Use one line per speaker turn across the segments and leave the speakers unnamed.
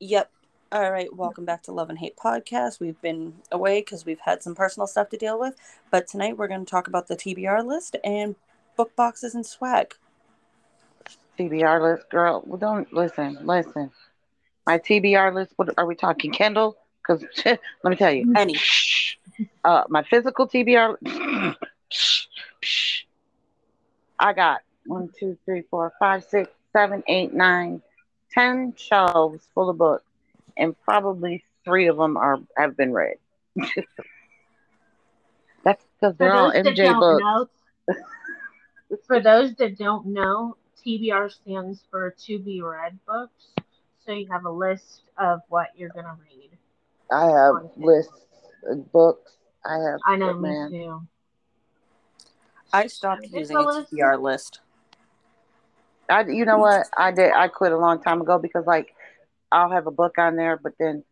Yep. All right. Welcome back to Love and Hate Podcast. We've been away because we've had some personal stuff to deal with, but tonight we're going to talk about the TBR list and book boxes and swag.
TBR list, girl. Well, don't listen. Listen, my TBR list. What are we talking, Kendall? Because let me tell you,
Any.
uh, my physical TBR. I got one, two, three, four, five, six, seven, eight, nine, ten shelves full of books, and probably three of them are have been read. That's because
For
they're all
those that
MJ
don't
books.
know, for those that don't know, TBR stands for to be read books. So you have a list of what you're gonna read.
I have lists, of books. I have.
I know,
man.
me too.
I stopped
Is this
using
the
a
list?
TBR list.
I, you know what? I did. I quit a long time ago because, like, I'll have a book on there, but then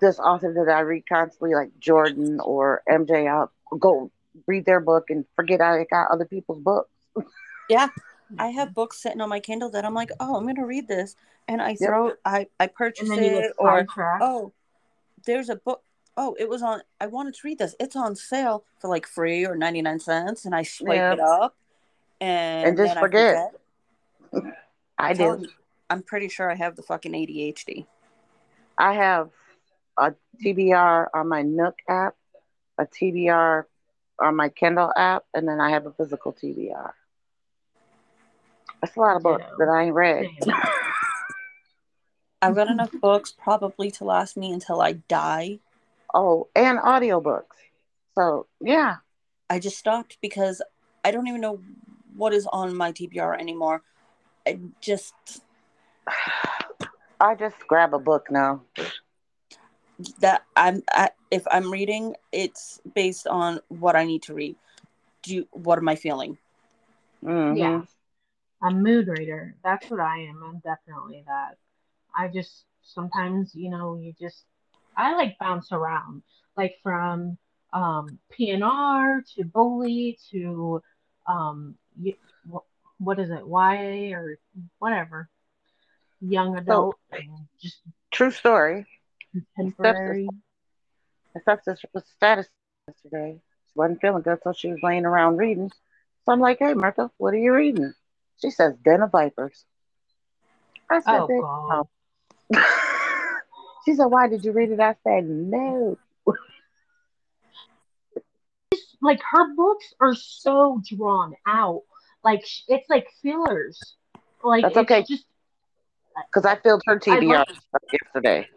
this author that I read constantly, like Jordan or MJ, I'll go read their book and forget I got other people's books.
I have books sitting on my Kindle that I'm like, oh, I'm going to read this. And I
Yep.
throw, I, I purchase
And then you
it
get
or
sidetracked.
oh, there's a book. Oh, it was on. I wanted to read this. It's on sale for like free or 99 cents. And I swipe
Yeah.
it up and,
And just
then
forget.
I forget.
I
I'm telling
did.
you, I'm pretty sure I have the fucking ADHD.
I have a TBR on my Nook app, a TBR on my Kindle app, and then I have a physical TBR. That's a lot of books
Ditto.
that I ain't read.
Same.
I've got
Mm-hmm.
enough books probably to last me until I die.
Oh, and audiobooks. So, yeah.
I just stopped because I don't even know what is on my TBR anymore. I just
I just grab a book now.
that I'm I, if I'm reading, it's based on what I need to read. Do you, what am I feeling?
Mhm.
Yeah. A mood reader. That's what I am. I'm definitely that. I just sometimes, you know, you just I like bounce around. Like from um PNR to bully to um y- wh- what is it, YA or whatever.
Oh.
Young adult and just
True story.
contemporary.
My stepsister was status yesterday. She wasn't feeling good, so she was laying around reading. So I'm like, hey, Martha, what are you reading? She says, Den of Vipers. I said,
Oh
"Bitch,
god.
no." she said, why did you read it? I said, no.
Just, Like her books are so drawn out. Like sh- it's like fillers. Like
That's
it's
okay.
just
Because I filled her TBR
love-
yesterday.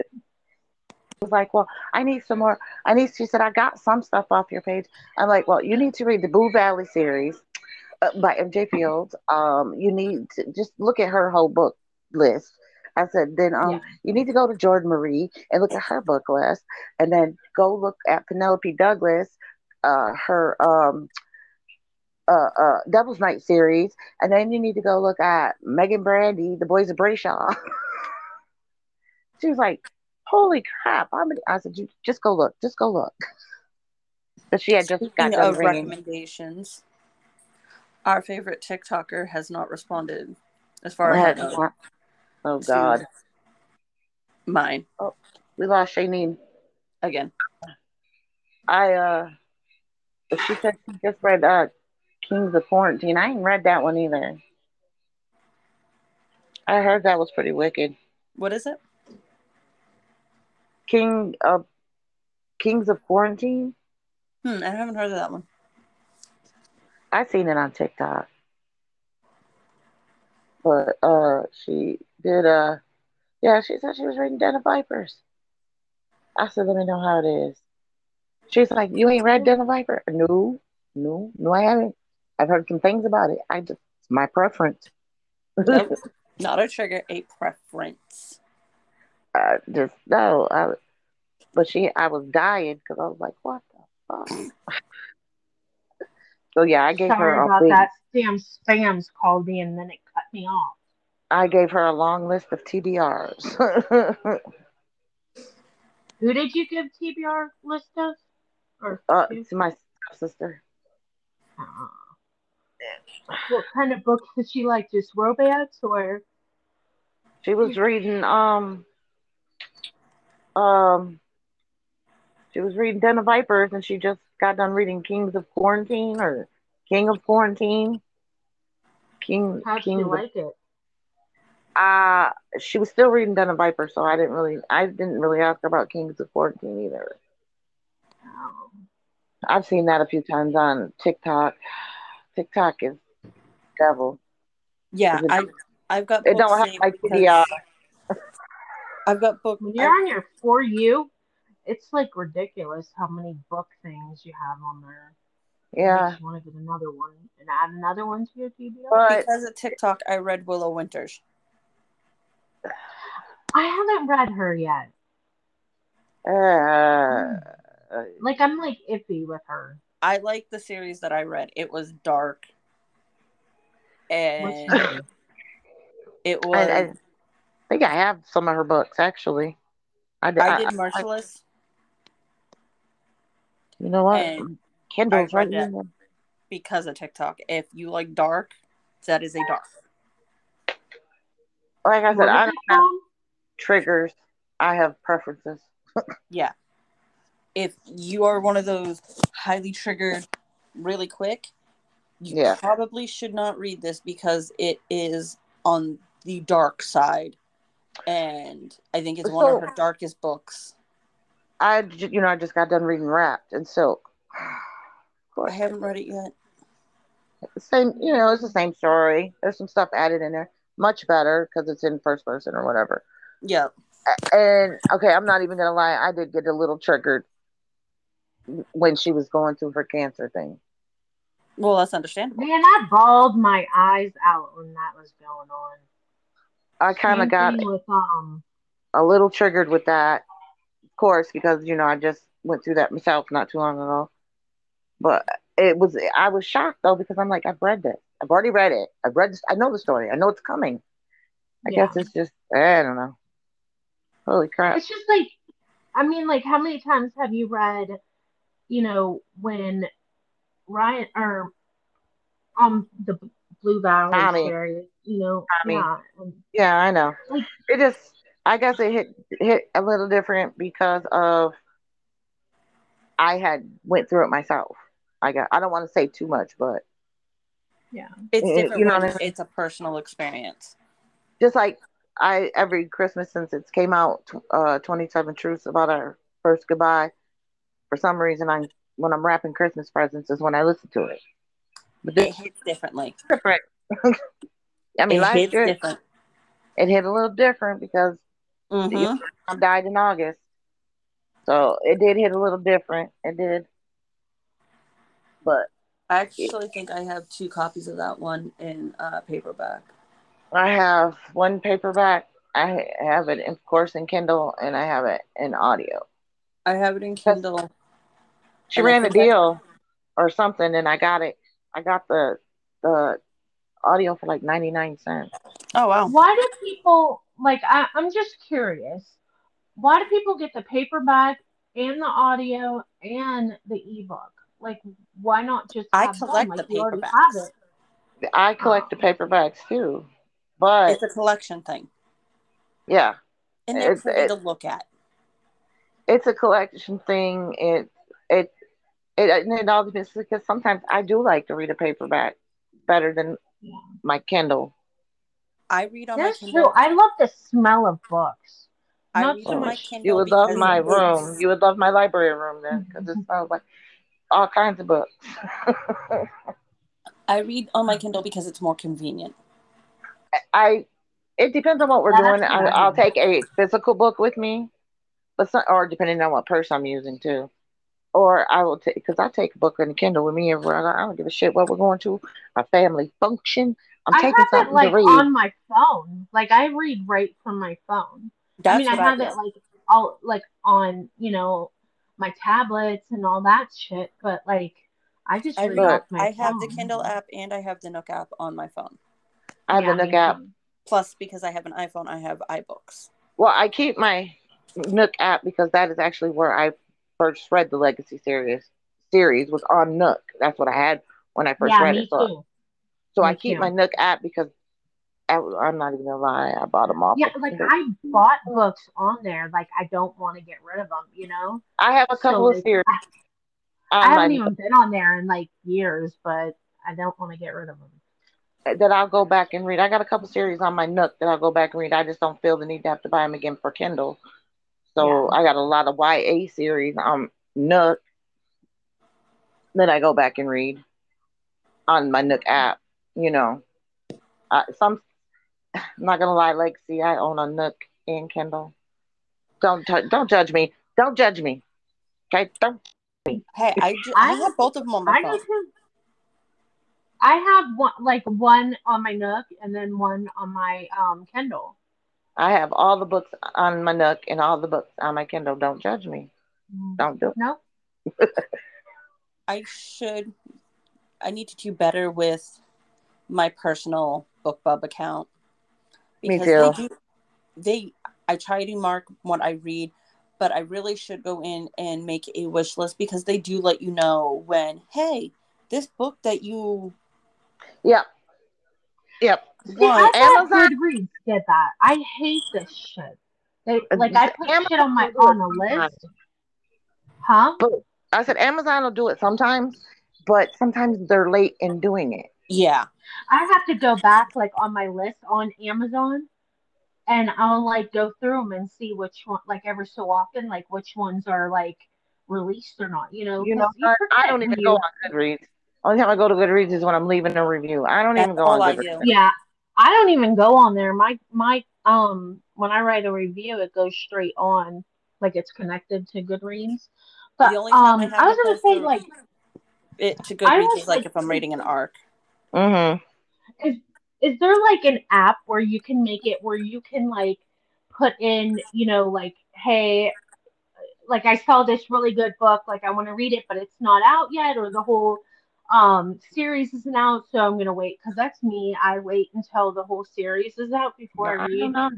I was like, well, I need some more. I need, she said, I got some stuff off your page. I'm like, well, you need to read the Boo Valley series uh, by MJ Fields. Um, you need to just look at her whole book list. I said, then um,
Yeah.
you need to go to Jordan Marie and look at her book list, and then go look at Penelope Douglas, uh, her um, uh, uh, Devil's Night series, and then you need to go look at Megan Brandy, The Boys of Brayshaw. she was like, "Holy crap!" How many? I said, "You just go look, just go look." But she had just got
Speaking
done
of
reading.
recommendations, our favorite TikToker has not responded, as far as I know,
Oh
to
God,
mine
we lost Shayneen.
again.
I uh she said she just read uh Kings of Quarantine. I ain't read that one either. I heard that was pretty wicked.
What is it?
King of Kings of Quarantine?
Hmm, I haven't heard of that one.
I seen it on TikTok. But uh she did uh yeah, she said she was reading Den of Vipers. I said, Let me know how it is. She's like, You ain't read Den of Viper? No, no, no, I haven't. I've heard some things about it. I just it's my preference.
Nope. Not a trigger, a preference.
I just no. I, but she, I was dying because I was like, what the fuck? so yeah, I gave
Sorry
her a
about
big,
that. Damn spams called me and then it cut me off.
I gave her a long list of TBRs.
Who did you give TBR list of? Or
uh,
to?
to my sister,
Uh, what kind of books did she like? Just romance or
She was reading um um she was reading Den of Vipers and she just got done reading Kings of Quarantine or King of Quarantine. King
How'd
King
you
of-
like it?
uh she was still reading Den of Viper, so I didn't really I didn't really ask about Kings of Quarantine either.
Oh,
I've seen that a few times on TikTok. TikTok is devil.
Yeah,
Is it-
I I've got
It
booked
don't have
saved
like
because
the uh,
I've got booked.
When
I-
you're on your For You, it's like ridiculous how many book things you have on there.
yeah.
Makes you want to get another one and add another one to your TBR.
But
because of TikTok, I read Willow Winters.
I haven't read her yet.
uh,
Like I'm like iffy with her.
I like the series that I read. It was dark,
Eh.
What's
and
her name?
it
I,
was.
I think I have some of her books actually. I, d-
I,
I-
did
I-
Marcellus.
you know what?
and
Kindle's
I read
right
that.
here.
because of TikTok. If you like dark, that is a dark.
Like I said,
What was
I
it
don't have
called?
triggers. I have preferences.
Yeah. If you are one of those highly triggered really quick, you
Yeah.
probably should not read this because it is on the dark side. And I think it's one
So-
of her darkest books.
I j- you know I just got done reading Wrapped and Silk.
I haven't read it yet.
same you know it's the same story there's some stuff added in there much better because it's in first person or whatever
Yeah.
A- and okay i'm not even gonna lie i did get a little triggered when she was going through her cancer thing
Well, that's understandable.
Man, I bawled my eyes out when that was going on.
i kind
Same
of got
Mm-hmm.
thing with um.
a little triggered with that of course because you know i just went through that myself not too long ago but it was i was shocked though because i'm like i've read this i've already read it i've read this i know the story i know it's coming i
yeah.
guess it's just i don't know holy crap
It's just like, I mean, like, how many times have you read, you know, when Ryan or um the B- Blue Valley
Tommy.
series, you know,
Tommy.
yeah, and
Yeah, I know.
Like-
It just, I guess it hit hit a little different because of I had went through it myself. I got, I don't want to say too much, but
It's
Yeah,
different
Eh, you know
when
what I
it's a personal experience.
just like I every Christmas since it's came out, tw- uh, twenty seven truths about our first goodbye. For some reason, I when I'm wrapping Christmas presents is when I listen to it. But
It
this
hits differently.
different. I mean,
It
last
hits
year
different.
it hit a little different because
hmm
mom died in August. So it did hit a little different. It did. But
I actually think I have two copies of that one in uh, paperback.
I have one paperback. I have it, of course, in Kindle, and I have it in audio.
I have it in Kindle.
She
And I
ran a
think I-
deal or something, and I got it. I got the the audio for like ninety nine cents.
Oh wow!
why do people like? I, I'm just curious. Why do people get the paperback and the audio and the ebook? Like, why not just
I
have
collect
one? Like,
the
you already
paperbacks.
have it.
I collect the paperbacks too, but
It's a collection thing,
yeah,
and they're
It's-
pretty
it-
to look at.
it's a collection thing. It it it and it all depends because sometimes I do like to read a paperback better than
Yeah.
my Kindle.
I read on
That's
my
true.
Kindle.
I love the smell of books.
I
Not
read
so
on my
much.
Kindle.
You would love
because
my
it's-
room. You would love my library room then, because it smells like all kinds of books.
I read on my Kindle because it's more convenient.
I. It depends on what we're
That's
doing.
what
I,
I
I'll
do.
take a physical book with me, but some, or depending on what purse I'm using too. Or I will take because I take a book and a Kindle with me everywhere. I don't- I don't give a shit what we're going to a family function. I'm
I
taking
have it
something
like
to read.
on my phone. Like I read right from my phone.
That's
I mean, I
what
have
I
it like all like on you know my tablets and all that shit. But like, I just
I
read
read-
off my
I have the
phone.
Kindle app and I have the Nook app on my phone.
I have
Yeah,
a Nook
me
app.
too.
Plus, because I have an iPhone, I have iBooks.
Well, I keep my Nook app because that is actually where I first read the Legacy series. Series was on Nook. That's what I had when I first
Yeah,
read
me
it. So
too.
So
Me
I keep
too.
my Nook app because I, I'm not even gonna lie, I bought them off.
Yeah, like I bought books on there. Like I don't want to get rid of them, you know.
I have a couple
So,
of
like,
series.
I,
on
I
my-
haven't even been on there in like years, but I don't want to get rid of them.
that I'll go back and read. I got a couple series on my Nook that I'll go back and read. I just don't feel the need to have to buy them again for Kindle. So I got a lot of YA series on Nook that I go back and read on my Nook app. You know, uh, some. I'm not gonna lie, Lexi, I own a Nook and Kindle. Don't t- don't judge me. Don't judge me. Okay, don't.
Hey, I, ju- I
I-
have both of them on my
I
phone.
just have, I have one like one on my Nook and then one on my um Kindle.
I have all the books on my Nook and all the books on my Kindle. Don't judge me. Don't do.
Nope.
I should. I need to do better with my personal BookBub account
Me
because they do. They I try to mark what I read, but I really should go in and make a wish list because they do let you know when. Hey, this book that you
Yep. Yep.
See, I
want.
thought
Amazon-
Goodreads did that. I hate this shit. They
Uh,
like I put
Amazon
shit on my
will do it
on a
sometimes.
list, huh?
I said Amazon will do it sometimes, but sometimes they're late in doing it.
Yeah,
I have to go back like on my list on Amazon, and I'll like go through them and see which one like every so often like which ones are like released or not. You know,
You
'cause
know, I, I
forget
don't even
when
go
you-
on Goodreads. Only time I go to Goodreads is when I'm leaving a review. I don't even
That's
go
all I
on
do.
Goodreads.
Yeah, I don't even go on there. My my um when I write a review, it goes straight on like it's connected to Goodreads. But
The only time
um,
I
I,
have
was
to
gonna
go
say
through-
like
it to
I
Goodreads
was
is like
like-
if I'm reading an arc.
Mm-hmm.
is is there like an app where you can make it where you can like put in you know like hey like I saw this really good book like I want to read it but it's not out yet or the whole um series isn't out so I'm gonna wait because that's me I wait until the whole series is out before I
I
read
don't know.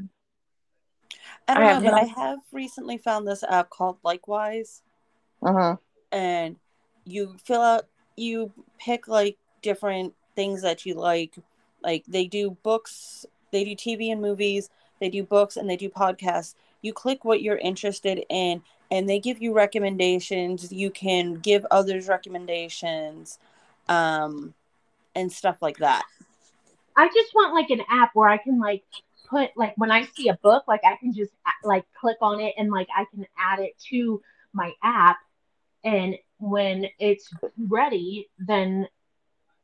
I
I
don't
have
know, but
no-
I have recently found this app called Likewise,
Mhm.
and you fill out, you pick like different things that you like. Like they do books, they do TV and movies, they do books, and they do podcasts. You click what you're interested in, and they give you recommendations. You can give others recommendations, um, and stuff like that.
I just want like an app where I can like put like when I see a book, like I can just a- like click on it and like I can add it to my app, and when it's ready, then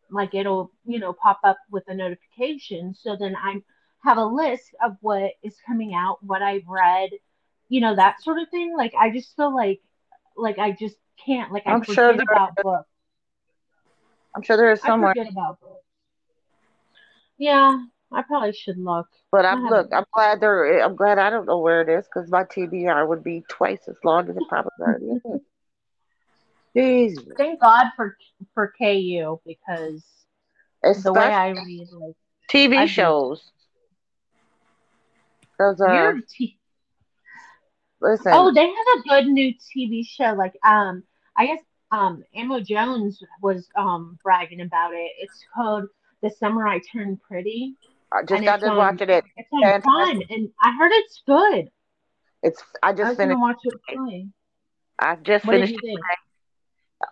like it'll you know pop up with a notification. So then I have a list of what is coming out, what I've read, you know that sort of thing. Like I just feel like like I just can't like I
I'm sure
forget
there-
about books.
I'm sure there is
I
somewhere,
forget about books. Yeah, I probably should look.
but
I
I'm
haven't
look. I'm glad there. I'm glad I don't know where it is because my TBR would be twice as long as it probably already is. Jesus.
thank God for for KU because the way
Especially
I read, like
TV
I do.
shows. Those are
your t-
listen.
oh, they have a good new TV show. Like um, I guess um, Ammo Jones was um bragging about it. It's called The Summer I Turned Pretty,
I
and
just got
it's um,
done
on
watching it.
it's on
Fantastic.
Prime, and I heard it's good.
It's I
I
just
was gonna
finished.
watch it play.
I just
What did
finished.
you think?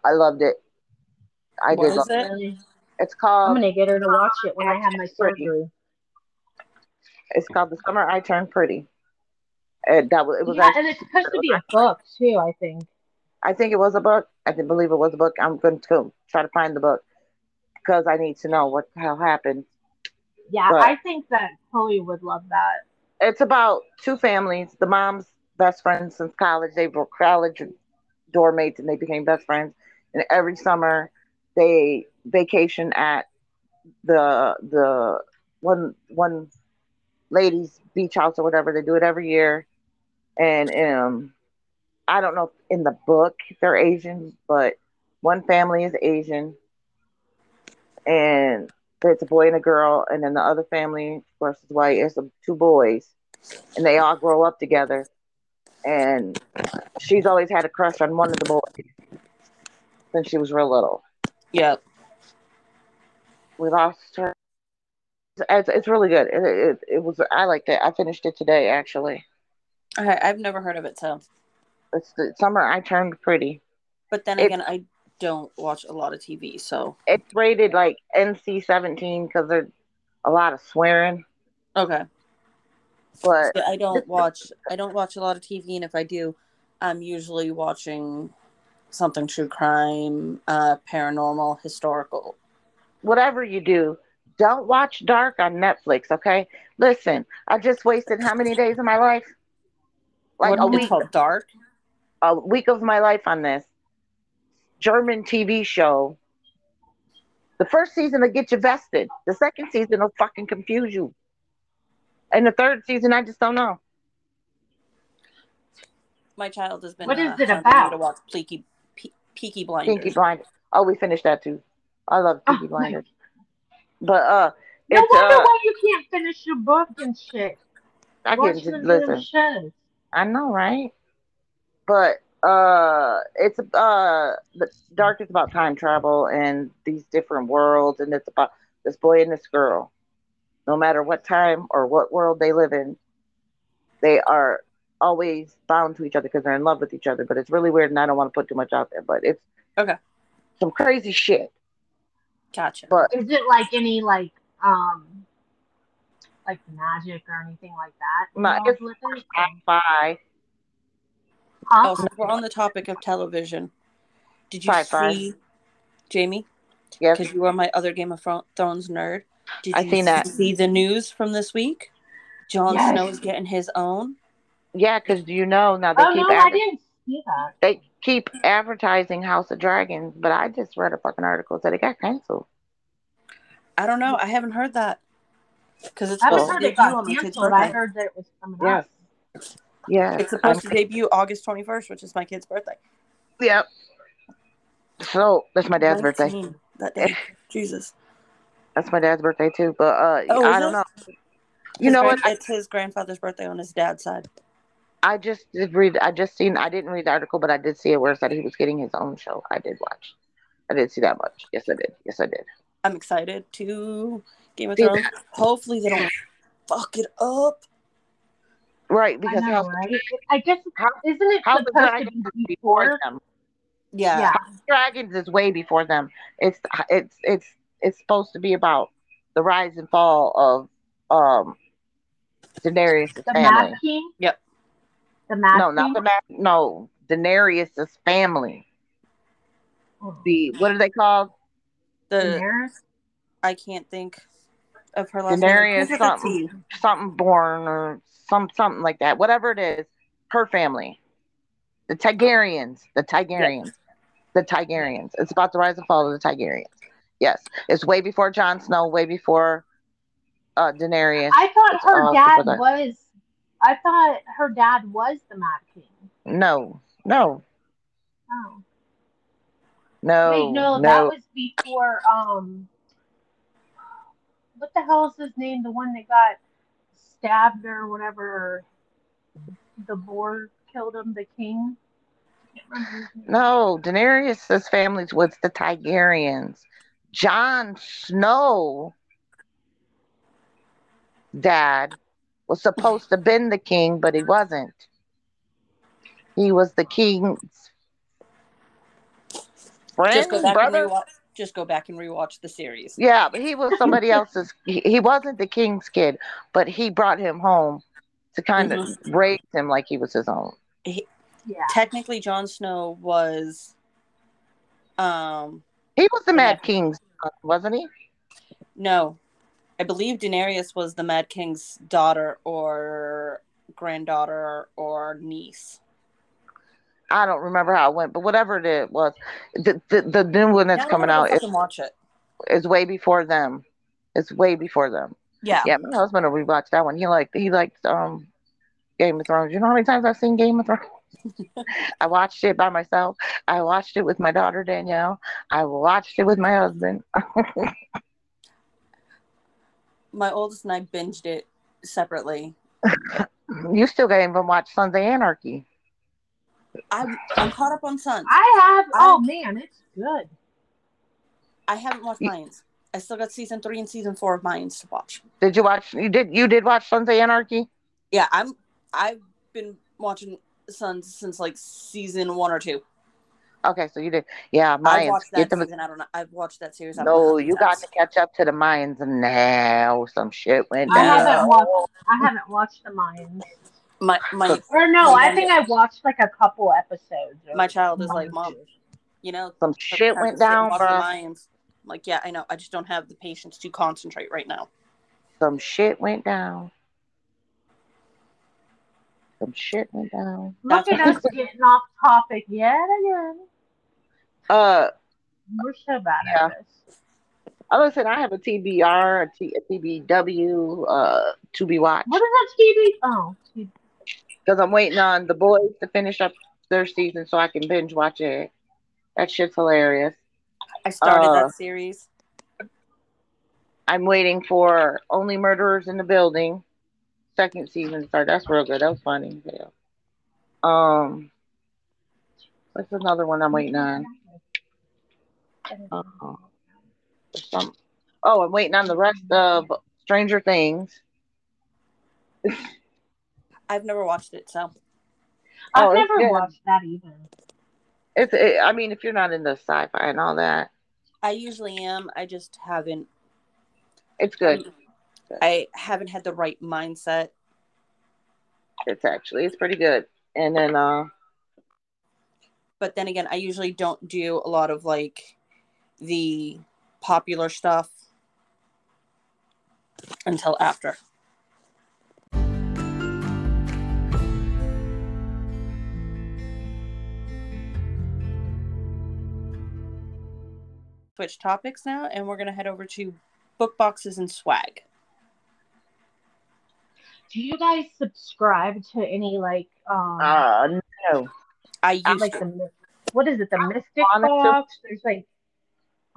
I loved it. I
What
did.
is
Love
it?
Really?
It's
I'm
called.
gonna get her to watch it when I have my
Pretty.
surgery.
It's called the summer I turned pretty. And that was. It was.
Yeah,
Actually,
and it's supposed to be a book too. I think.
I think it was a book. I didn't believe it was a book. I'm going to try to find the book because I need to know what the hell happened.
Yeah,
But-
I think that Chloe would love that.
It's about two families. The mom's best friends since college. They were college dorm mates and they became best friends. And every summer, they vacation at the the one one ladies beach house or whatever they do it every year and um i don't know if in the book if they're asian but one family is asian and it's a boy and a girl and then the other family of course is white it's the two boys and they all grow up together and she's always had a crush on one of the boys since she was real little
Yep.
we lost her It's, it's really good. It, it, it was. I liked it. I finished it today actually.
I, I've never heard of it, so.
It's the summer I turned pretty.
But then
It-
again, I don't watch a lot of TV, so
It's rated like NC seventeen because there's a lot of swearing,
okay.
but
So I don't watch. I don't watch a lot of TV, and if I do, I'm usually watching something true crime, uh, paranormal, historical.
whatever you do, don't watch Dark on Netflix, okay? Listen, I just wasted how many days of my life? Like
What-
a
it's
week,
called Dark.
a week of my life on this German TV show. The first season will get you vested. The second season will fucking confuse you. And the third season, I just don't know.
My child has been.
What is
uh,
it
hounding me
about?
To watch Peaky, Pe- Peaky Blinders.
Pinky Blinders. Oh, we finished that too. I love
Oh,
Pinky
my-
Blinders. But uh,
No
It's,
wonder
uh,
why you can't finish your book and shit.
I
Watch
can't
the
just
damn
listen.
shows.
I know, right? But uh, it's uh, the dark is about time travel and these different worlds, and it's about this boy and this girl. No matter what time or what world they live in, they are always bound to each other because they're in love with each other. But it's really weird, and I don't want to put too much out there. But it's
Okay.
some crazy shit.
Gotcha.
But
Is it like any like um like magic or anything like that?
No,
involved
it's-
with it?
sci-fi,
Huh?
Oh, since we're on the topic of television, did you
Sci-fi.
see Jamie?
yes,
Because you are my other Game of Thro- Thrones nerd. Did
I
you
seen that.
see the news from this week? Jon
Yes.
Snow is getting his own.
yeah, because you know now they
Oh
keep
no, I
adver-
didn't see that.
they keep advertising House of Dragons, but I just read a fucking article that it got canceled.
I don't know. I haven't heard that because it's
I haven't
supposed
So-
to
heard it
debut on
got
my kid's
canceled. I
birthday.
heard that it was coming
Yes.
up.
Yes.
It's
I'm-
supposed to debut August twenty first, which is my kid's birthday.
Yep. So that's my dad's birthday.
19 That day, Jesus.
That's my dad's birthday too. But uh,
Oh, is
I don't
it?
know. You
His
know what?
grand- It's his grandfather's birthday on his dad's side.
I just did read. I just seen. I didn't read the article, but I did see it where it said he was getting his own show. I did watch. I did see that much. Yes, I did. Yes, I did.
I'm excited to Game of
See
Thrones. Hopefully they don't fuck it up.
Right,
I
because
know,
House,
right? I guess
House,
isn't it
House of
supposed to
Dragons
be
is
before?
before them.
Yeah.
Yeah.
Dragons is way before them. It's it's it's it's supposed to be about the rise and fall of um Daenerys'
The
family.
Mad King?
Yep.
The Mad
No,
King?
not the ma- no Daenerys' family.
Oh,
The what are they called?
The
Daenerys?
I can't think of her last name.
Daenerys
Who did it to
something
you?
something born or some something like that. Whatever it is, her family, the Tigerians, the Tigerians, the Tigerians. It's about the rise and fall of the Tigerians. Yes, it's way before Jon Snow, way before uh, Daenerys.
I thought
It's
her
all
dad
people that-
was. I thought her dad was the Mad King.
No, no,
Oh.
no,
Wait, no,
Oh, no.
that was before. Um, what the hell is his name? The one that got stabbed or whatever. The boar killed him. The king. I can't remember his name.
No, Daenerys' family's with the Tigerians. Jon Snow dad was supposed to been the king, but he wasn't. He was the king's
Just go
friend,
back and
brother.
rewatch. Just go back and rewatch the series.
Yeah, but he was somebody else's. He, he wasn't the king's kid, but he brought him home to kind of
Mm-hmm.
raise him like he was his own.
Yeah.
Technically, Jon Snow was, um,
He was the
Yeah.
Mad King's son, wasn't he?
no, I believe Daenerys was the Mad King's daughter or granddaughter or niece.
I don't remember how it went, but whatever it is- was, the the, the new one that's
Now I
coming
wanna go
out is,
fucking watch it.
is way before them. It's way before them.
Yeah.
Yeah, my husband will rewatch that one. He liked he liked um Game of Thrones. You know how many times I've seen Game of Thrones? I watched it by myself. I watched it with my daughter Danielle. I watched it with my husband.
My oldest and I binged it separately.
You still can't even watch Sons of Anarchy.
I'm, I'm caught up on Sons.
I have.
I-
oh man, it's good.
Mm.
I haven't watched Lions. I still got season three and season four of Mayans to watch.
Did you watch? You did. You did watch Sons of Anarchy.
Yeah, I'm. I've been watching Sons since like season one or two.
Okay, so you did. Yeah,
I've
Mayans.
watched that
Get them.
season. I don't know. I've watched that series. I don't know how
No,
many
you got
times.
to catch up to the Mayans now. Some shit went
I
No.
down.
haven't watched. I haven't watched the Mayans.
my my
Or no,
Well,
I
then-
think I watched like a couple episodes. or
My child is
one
like,
or
"Mom,
two.
you know
Some
perfect
shit
time
went
to sit and
down,
watch the
bruh.
Mayans. I'm like, yeah, I know. I just don't have the patience to concentrate right now.
Some shit went down. Some shit went down.
Look
That's
at us getting off topic yet again.
Uh,
We're so bad
Yeah.
at this.
I was saying I have a TBR, a, T, a TBW, uh, to be watched
What is a TV? Oh, TV.
because I'm waiting on the boys to finish up their season so I can binge watch it. That shit's hilarious.
I started
Uh,
that series.
I'm waiting for Only Murderers in the Building second season start. That's real good. That was funny. as hell. Um, what's another one I'm waiting on? Uh, there's some. Oh, I'm waiting on the rest of Stranger Things.
I've never watched it, so
I've
Oh, it's
never
good.
watched that either.
It's. It, I mean, if you're not into sci-fi and all that,
I usually am. I just haven't.
it's good.
I haven't had the right mindset.
It's actually it's pretty good. And then uh,
But then again, I usually don't do a lot of like the popular stuff until after. Switch topics now, and we're gonna head over to book boxes and swag.
Do you guys subscribe to any like um
uh no,
I used
like
to.
the my- what is it the Mystic
honest to-
Box? There's like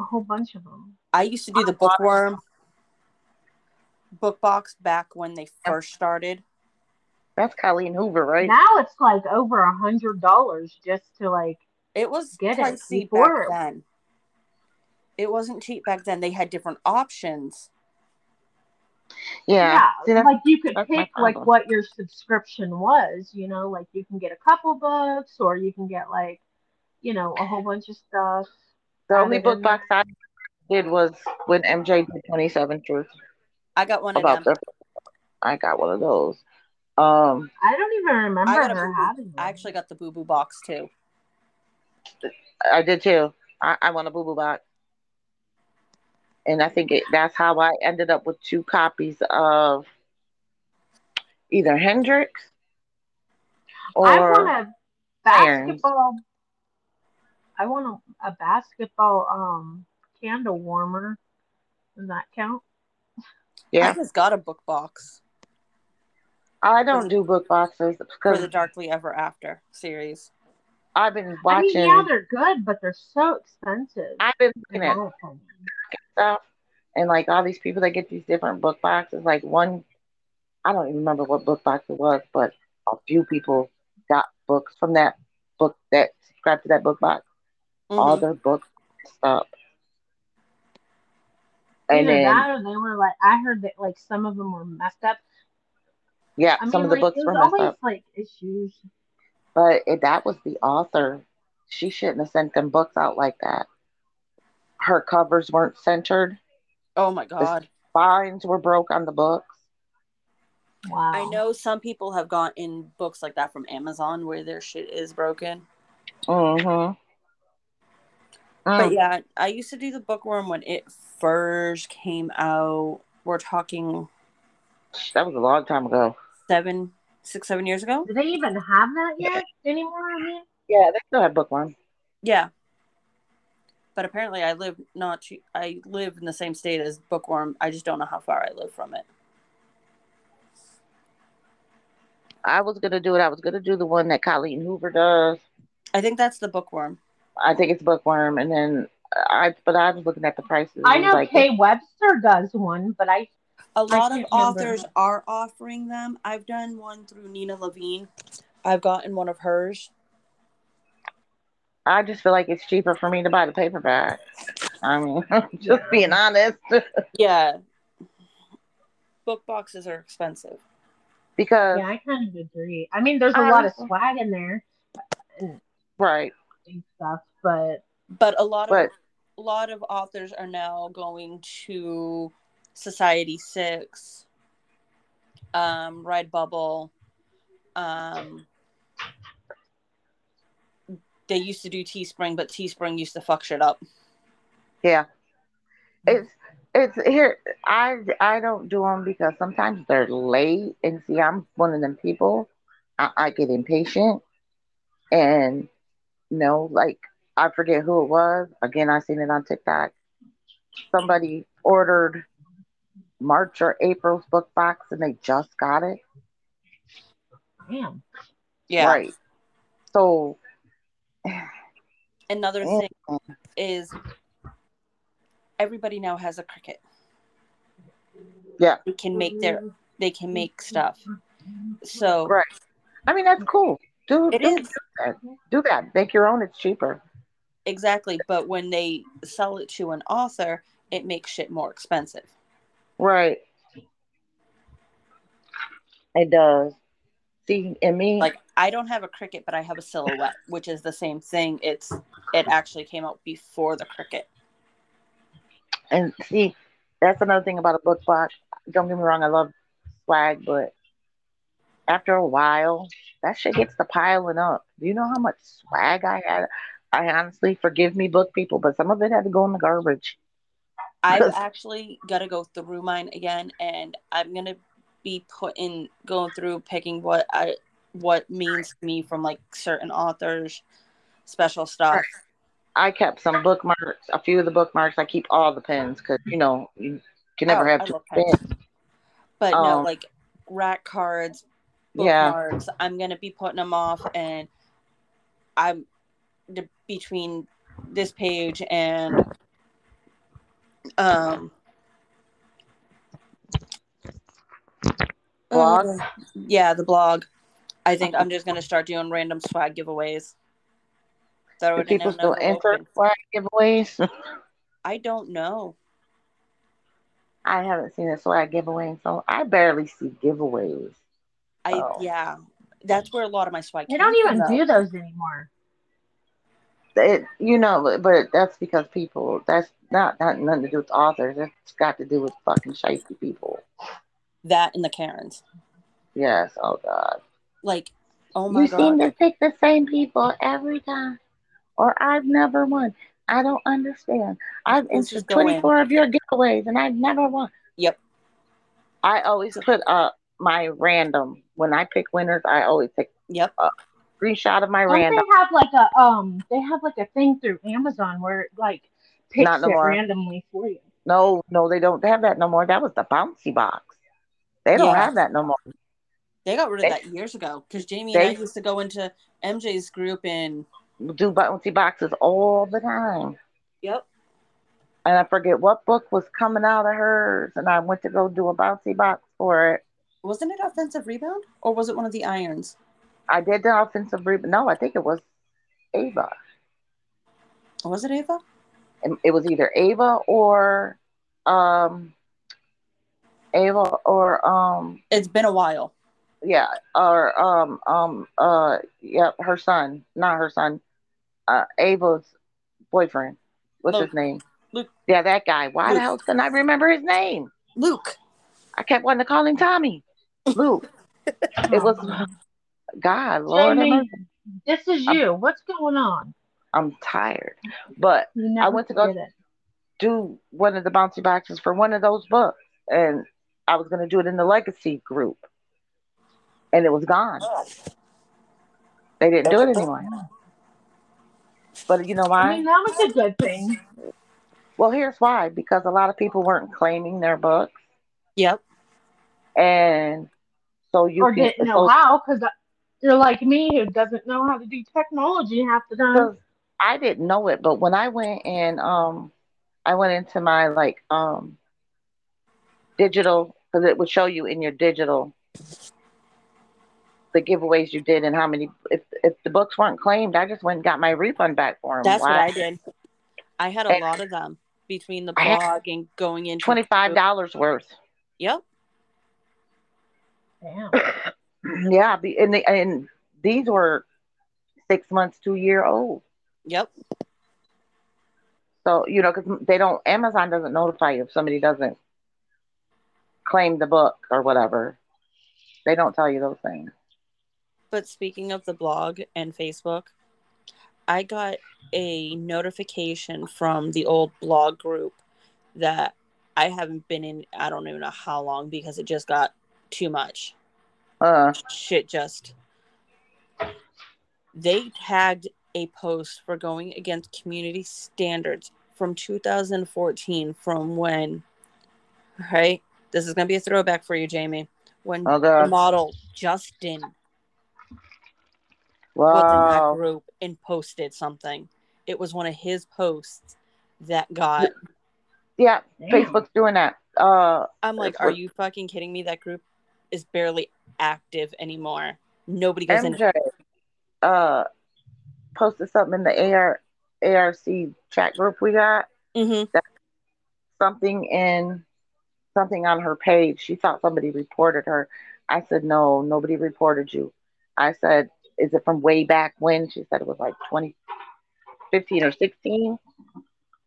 a whole bunch of them.
I used to do the bookworm book box back when they first started.
that's Colleen Hoover, right?
Now it's like over a hundred dollars just to like
It was
Get it
pricey
before it-
back then. It wasn't cheap back then. They had different options.
Yeah.
yeah,
See, that's-
like you could
that's my
pick like
problem.
what your subscription was. You know, like you can get a couple books or you can get like you know a whole bunch of stuff.
the only
added
book
in
box
there.
I did was when MJ did 27 Truths
I got one of
about
them.
their. I got one of those. Um,
I don't even remember
I got a
her
boo
having.
boo.
Them.
I actually got the boo boo box too.
I did too. I, I want a boo boo box. And I think it, that's how I ended up with two copies of either Hendrix
I
or
want a
irons.
basketball. I want a, a basketball um candle warmer. Does that count?
I
yeah.
just got a book box
I don't do book boxes
for the
because
Darkly Ever After series.
I've been
I
watching.
mean, yeah, they're good, but they're so expensive.
I've been
in
looking at
my opinion.
stuff and like all these people that get these different book boxes. Like one, I don't even remember what book box it was, but a few people got books from that book that subscribed to that book box.
Mm-hmm.
All
Mhm.
their books up.
Either
And then
that, or they were like, I heard that like some of them were messed up.
yeah,
I
some
mean,
of the
like,
books
there's
were messed
always
up.
like issues.
But it, that was the author. She shouldn't have sent them books out like that. Her covers weren't centered.
Oh my god.
Spines were broke on the books.
Wow.
I know some people have gotten books like that from Amazon where their shit is broken.
Mm-hmm.
Oh.
But yeah, I used to do the bookworm when it first came out. We're talking
that was a long time ago.
seven, six, seven years ago.
Do they even have that yet anymore? I mean,
Yeah, they still have bookworm.
Yeah. But apparently, I live not. too- I live in the same state as Bookworm. I just don't know how far I live from it.
I was gonna do it. I was gonna do the one that Colleen Hoover does.
I think that's the Bookworm.
I think it's bookworm, and then I. But I was looking at the prices.
I
and
know
like,
Kay Webster does one, but I
A lot of
can't remember.
authors are offering them. I've done one through Nina Levine. I've gotten one of hers.
I just feel like it's cheaper for me to buy the paperback. I mean, just being honest,
Yeah. Book boxes are expensive.
because
Yeah, I kind of agree. I mean, there's a
Uh, I
lot of
don't-
swag in there
right,
and stuff, but
But a lot of
but
a lot of authors are now going to Society Six, um, Redbubble. Um, they used to do Teespring, but Teespring used to fuck shit up.
yeah, it's it's here. I I don't do them because sometimes they're late, and see, I'm one of them people. I, I get impatient, and you know, like I forget who it was. Again, I seen it on TikTok. Somebody ordered March or April's book box, and they just got it.
damn.
Yeah.
Right. So
Another
Mm.
thing is everybody now has a cricket.
Yeah.
They can make their they can make stuff. So
Right. I mean, that's cool. Do
it
do,
is
do that. Make your own. It's cheaper.
exactly, but when they sell it to an author, it makes shit more expensive.
Right. It does. See, and me,
Like I don't have a cricket, but I have a silhouette, which is the same thing. It's it actually came out before the cricket.
and see, that's another thing about a book box. Don't get me wrong. I love swag, but after a while, that shit gets to piling up. Do you know how much swag I had? I honestly, forgive me, book people, but some of it had to go in the garbage.
I've actually got to go through mine again, and I'm gonna be putting going through picking what I what means to me from like certain authors, special stuff.
I kept some bookmarks, a few of the bookmarks. I keep all the pens because you know you can never
Oh,
have
I
too
love
many
pens.
pens.
But no,
Um,
like rack cards,
Yeah.
bookmarks. I'm gonna be putting them off, and I'm the, between this page and um.
Blog?
uh, yeah, the blog. I think I'm just gonna start doing random swag giveaways. Throw it
Do
in
people
an
still
envelope
enter
and-
flag giveaways?
I don't know.
I haven't seen a swag giveaway, in so I barely see giveaways.
I
Oh.
yeah, that's where a lot of my swag.
They
came
don't even
from, though.
do those anymore.
It, you know, but- but that's because people. That's not not nothing to do with authors. It's got to do with fucking shifty people.
that in the Karens.
Yes. Oh God.
Like, oh my
you seem
god,
to pick the same people every time, or I've never won. I don't understand. I've
Let's just
entered
go in.
24 of your giveaways and I've never won.
Yep.
I always put uh my random when I pick winners. I always take
yep,
screenshot of my
Oh,
Don't
random.
they have like a um? They have like a thing through Amazon where it like picks
Not no
it
more.
randomly for you.
No, no, they don't have that no more. That was the bouncy box. They don't
Yeah.
have that no more.
they got rid of
They-
that years ago because Jamie and
they-
I used to go into MJ's group and
We do bouncy boxes all the time.
yep,
And I forget what book was coming out of hers, and I went to go do a bouncy box for it.
wasn't it offensive rebound or was it one of the irons?
I did the offensive rebound. No, I think it was Ava.
Was it Ava?
And It was either Ava or um Ava or um
It's been a while.
yeah or um um uh yeah her son not her son uh Ava's boyfriend what's
Luke.
his name
Luke.
yeah that guy why the
Luke.
hell couldn't I remember his name
Luke.
I kept wanting to call him Tommy Luke it was God Lord have
Jamie,
mercy.
this is
I'm-
you. What's going on?
I'm tired but
You never
went to go-
forget it.
do one of the bouncy boxes for one of those books and I was gonna do it in the legacy group and it was gone
Oh.
they didn't do it anymore but you know why
I mean, that was a good thing.
Well, here's why because a lot of people weren't claiming their books,
Yep.
and so you
or
can-
didn't know
Uh-huh.
so-
how because you're like me who doesn't know how to do technology half the time.
'cause I didn't know it, but when I went and um, I went into my like um, digital because it would show you in your digital the giveaways you did and how many if if the books weren't claimed, I just went and got my refund back for them.
That's what I did. I had a lot of them between the
I had
blog and going into
Twenty five dollars worth.
Yep.
Damn.
Yeah, be- and the, and these were six months, two year old.
Yep.
So you know, because they don't, Amazon doesn't notify you if somebody doesn't claim the book or whatever. They don't tell you those things.
But speaking of the blog and Facebook, I got a notification from the old blog group that I haven't been in, I don't even know how long because it just got too much.
Uh,
Shit, just. They tagged a post for going against community standards from 2014, from when, right? This is going to be a throwback for you, Jamie. When
oh
the
god.
model Justin was in that
Wow.
group and posted something. It was one of his posts that got.
Yeah,
Damn.
Facebook's doing that. Uh,
I'm like,
That's
are
what-
you fucking kidding me? That group is barely active anymore. Nobody goes in.
MJ uh posted something in the AR ARC chat group we got.
Mhm.
Something in something on her page. She thought somebody reported her. I said, No, nobody reported you. I said, Is it from way back when? She said it was like 2015 or 16.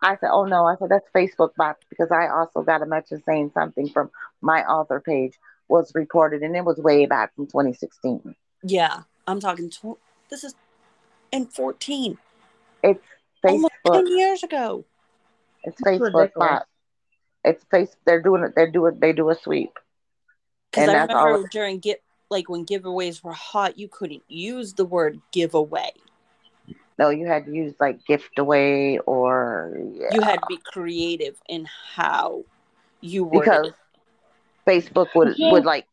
I said, Oh no. I said, That's Facebook bots because I also got a message saying something from my author page was reported and it was way back from 2016.
Yeah, I'm talking. Tw- this is in 14,
It's
Oh
almost
Facebook.
10 years ago.
It's
That's
Facebook
ridiculous.
bots. It's face. They're doing it. They do it. They do a sweep.
Because
And
I
that's all
remember during get like when giveaways were hot, you couldn't use the word giveaway.
No, you had to use like gift away or yeah.
You had to be creative in how you worded
because
it.
Facebook would
Yeah.
would like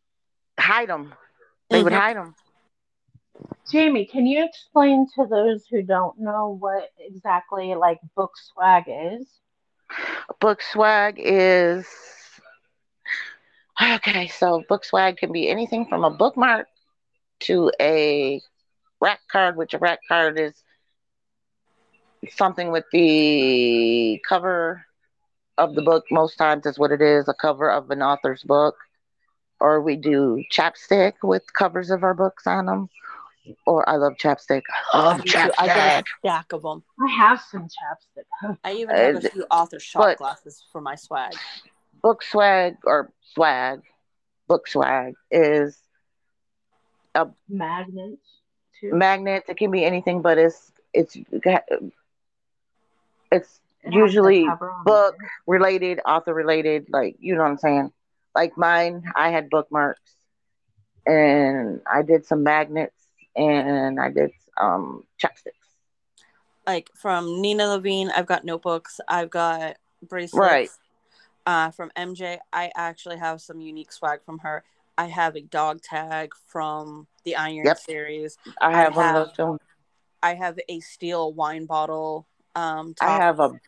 hide them. They would
Mhm.
hide them.
Jamie, can you explain to those who don't know what exactly like book swag is?
Book swag is okay. So book swag can be anything from a bookmark to a rack card, which a rack card is something with the cover of the book most times is what it is a cover of an author's book or we do chapstick with covers of our books on them or i love chapstick i
I
love
do too. I got
chapstick
a stack of them.
I have some chapstick.
I even have
Uh,
a few author shot
but-
glasses for my swag.
book swag or swag book swag is
Magnets too.
magnets it can be anything but it's it's it's
It has the
usually
cover on
book
it.
related, author related, like you know what I'm saying. Like mine, I had bookmarks and I did some magnets and I did um chopsticks.
Like from Nina Levine, I've got notebooks. I've got bracelets.
Right.
Uh, from MJ, I actually have some unique swag from her. I have a dog tag from the Iron
Yep.
series.
I
I
have one of
have-
those too.
I have a steel wine bottle. Um,
I
top.
have a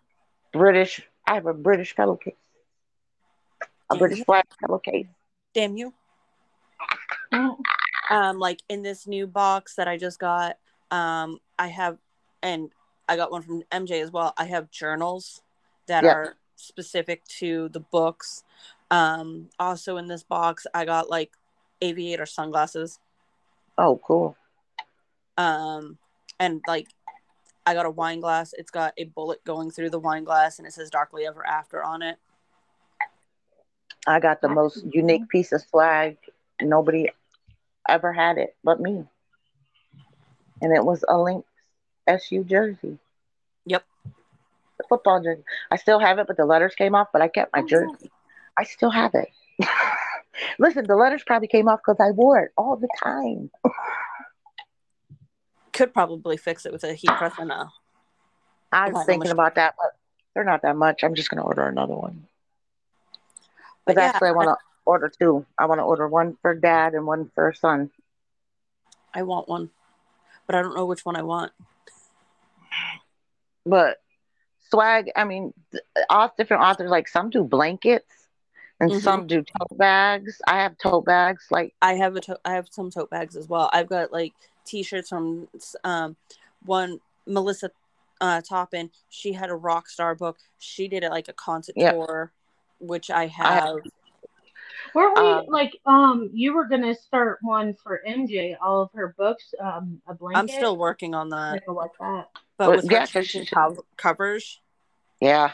British I have a British pillowcase. A
Damn
British
you.
flag pillowcase.
Damn you.
Mm.
um like in this new box that i just got um i have and i got one from mj as well i have journals that
Yep.
are specific to the books um also in this box i got like aviator sunglasses
Oh cool.
um and like i got a wine glass it's got a bullet going through the wine glass and it says darkly ever after on it
I got the
That's
most
cool.
unique piece of swag. Nobody ever had it but me. And it was a Lynx SU jersey.
Yep.
The football jersey. I still have it, but the letters came off, but I kept my jersey. I still have it. Listen, the letters probably came off because I wore it all the time.
could probably fix it with a heat press and a
I was
Vinyl
thinking
machine.
about that, but they're not that much. I'm just going to order another one.
But
But
yeah,
actually, I want to order two. I want to order one for dad and one for son.
i want one but i don't know which one i want
But swag, I mean, th- all different authors, like some do blankets, and
Mhm.
some do tote bags. I have tote bags like
I have a to- I have some tote bags as well. I've got like t-shirts from um one Melissa uh Toppin. She had a rock star book. She did it like a concert
Yeah.
tour, which I
have-
have.
Were we
Um,
like um you were gonna start one for MJ, all of her books, um a blanket.
I'm still working on that,
Never like that.
but
Well,
with
yeah,
her
'cause
changing
she-
co- covers,
yeah.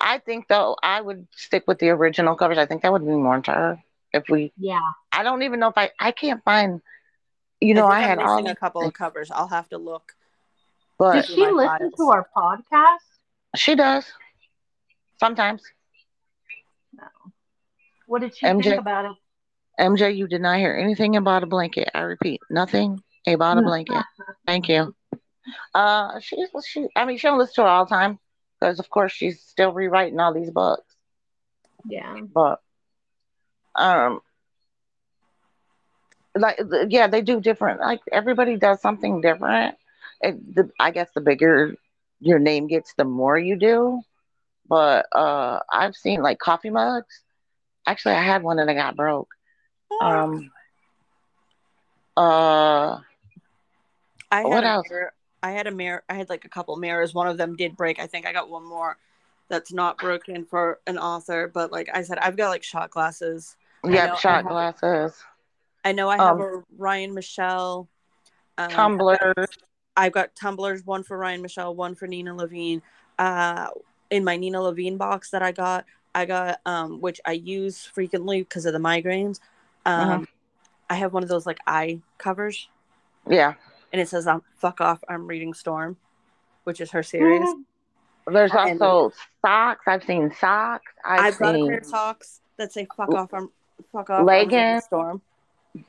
I think though I would stick with the original covers. I think that would be more to her if we.
Yeah.
I don't even know if I I can't find. You know,
I
I,
think
had
am
all,
missing a couple of covers. I'll have to look.
but
Does she
My
listen
files.
to our podcast?
she does sometimes.
What did she
MJ?
think about it?
MJ, you did not hear anything about a blanket. I repeat, nothing about a blanket. Thank you. Uh, she's she. I mean, she don't listen to her all the time because, of course, she's still rewriting all these books.
Yeah.
But, um, like th- yeah, they do different. Like everybody does something different. It, the, I guess the bigger your name gets, the more you do. But uh, I've seen like coffee mugs. Actually, I had one and I got broke. Um, uh,
I had
what
a
else?
mirror. I had a mirror. I had like a couple mirrors. One of them did break. I think I got one more that's not broken for an author. But like I said, I've got like shot glasses. know
Yep,
I
shot
have-
glasses.
I know I have
Um,
a Ryan Michelle. Um,
tumblers.
I've got tumblers, one for Ryan Michelle, one for Nina Levine. Uh, in my Nina Levine box that I got, I got um, which I use frequently because of the migraines.
Uh-huh.
Um, I have one of those like eye covers,
Yeah,
and it says um, "fuck off." I'm reading Storm, which is her series.
Mm-hmm.
Mm,
there's
And-
also socks. I've seen socks. I've,
I've got a pair
seen
of socks that say "fuck off." I'm fuck off. I'm reading
Leggings.
Storm.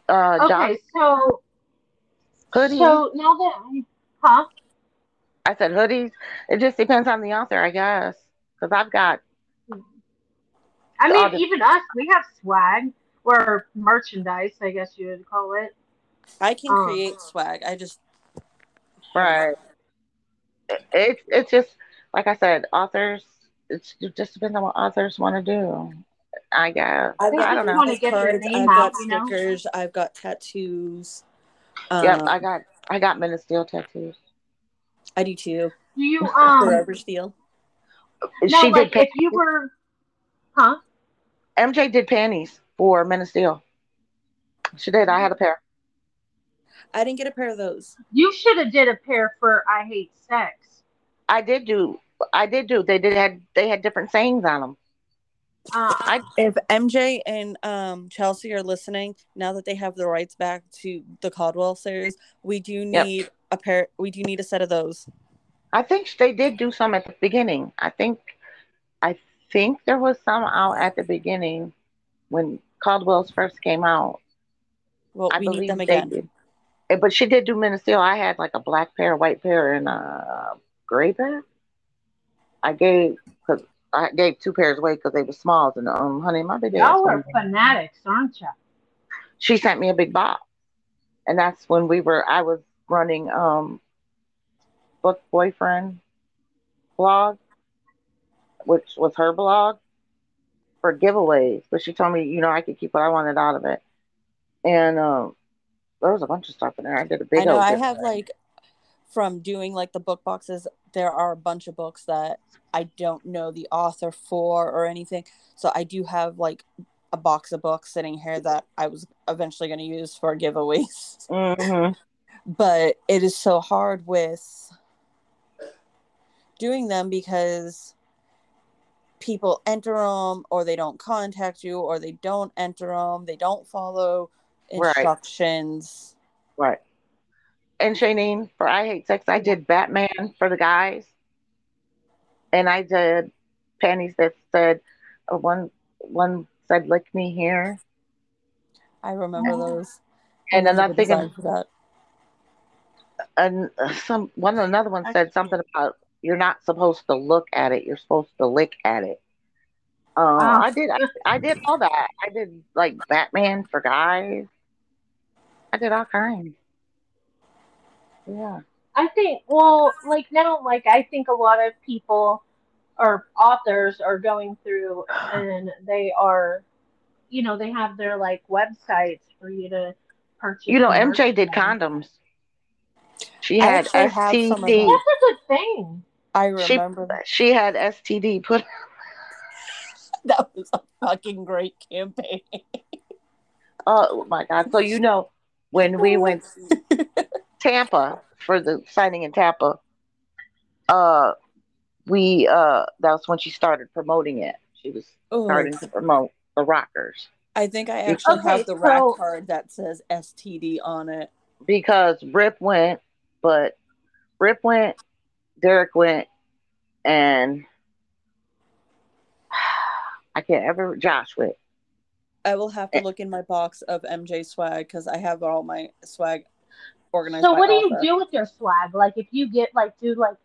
uh,
Okay, so
doc- hoodies.
so now that I huh?
I said hoodies. It just depends on the author, I guess. Because I've got
I
All
mean,
the-
even us, we have swag or merchandise, I guess you would call it.
I can
Oh.
Um,
create swag. I just
right. It- It's it's just like I said, authors. It's, it just depends on what authors want to do. I guess.
I've
They
got
I don't
just
know.
want to get their
cards. I've
name out,
got
you know?
stickers. I've got tattoos. Um,
yep, I got I got Men of Steel tattoos.
I do too.
Do you um
Forever Steel.
now
she
like
did.
if you were huh?
pa- MJ did panties for Men of Steel. She did. I had a pair.
I didn't get a pair of those.
You should have did a pair for I hate sex.
I did do. I did do. They did had they had different sayings on them.
Uh,
I
If MJ and um, Chelsea are listening, now that they have the rights back to the Caldwell series, we do
Yep.
need a pair. We do need a set of those.
I think they did do some at the beginning. I think I think there was some out at the beginning when Caldwell's first came out.
Well,
I
we
believe
need them
they
again.
did. Eh, But she did do Men of Steel. I had like a black pair, white pair, and a gray pair. I gave because I gave two pairs away because they were smalls. And um, honey, my big ass.
y'all
one-
are fanatics, aren't you?
She sent me a big box, and that's when we were. I was running um, book boyfriend blog, which was her blog for giveaways. But she told me, you know, I could keep what I wanted out of it. And um, there was a bunch of stuff in there. I did a big
I know.
old
I
giveaway.
have like from doing like the book boxes. There are a bunch of books that I don't know the author for or anything. So I do have like a box of books sitting here that I was eventually going to use for giveaways.
Mhm.
but it is so hard with doing them because people enter them or they don't contact you or they don't enter them they don't follow
Right.
instructions
Right. And Shanine, for I Hate Sex, I did Batman for the guys. And I did panties that said, uh, one one said, lick me here.
i remember those
And
I remember
another
the
thing,
design for that.
and uh, some one another one said something about you're not supposed to look at it, you're supposed to lick at it. Uh,
Oh.
I did, I, I did all that. I did like Batman for guys. I did all kinds. Yeah.
I think well, like now, like I think a lot of people or authors are going through and they are, you know, they have their like websites for you to purchase.
You know, MJ did
merchandise.
condoms. She
I
had
actually have some of
STD.
them.
Yes, it's a thing.
I
She
remember that.
she had STD. Put
That was a fucking great campaign.
oh my god! So you know when we went Tampa for the signing in Tampa, uh, we uh that was when she started promoting it. She was
Oh, my
starting to promote the rockers
I think I actually
Okay,
have the rack
so-
card that says STD on it.
because Rip went, but Rip went, Derek went, and I can't ever Josh went.
I will
Eh.
have to look in my box of MJ swag because I have all my swag organized.
So
by
what do you
author.
do with your swag? Like if you get like do like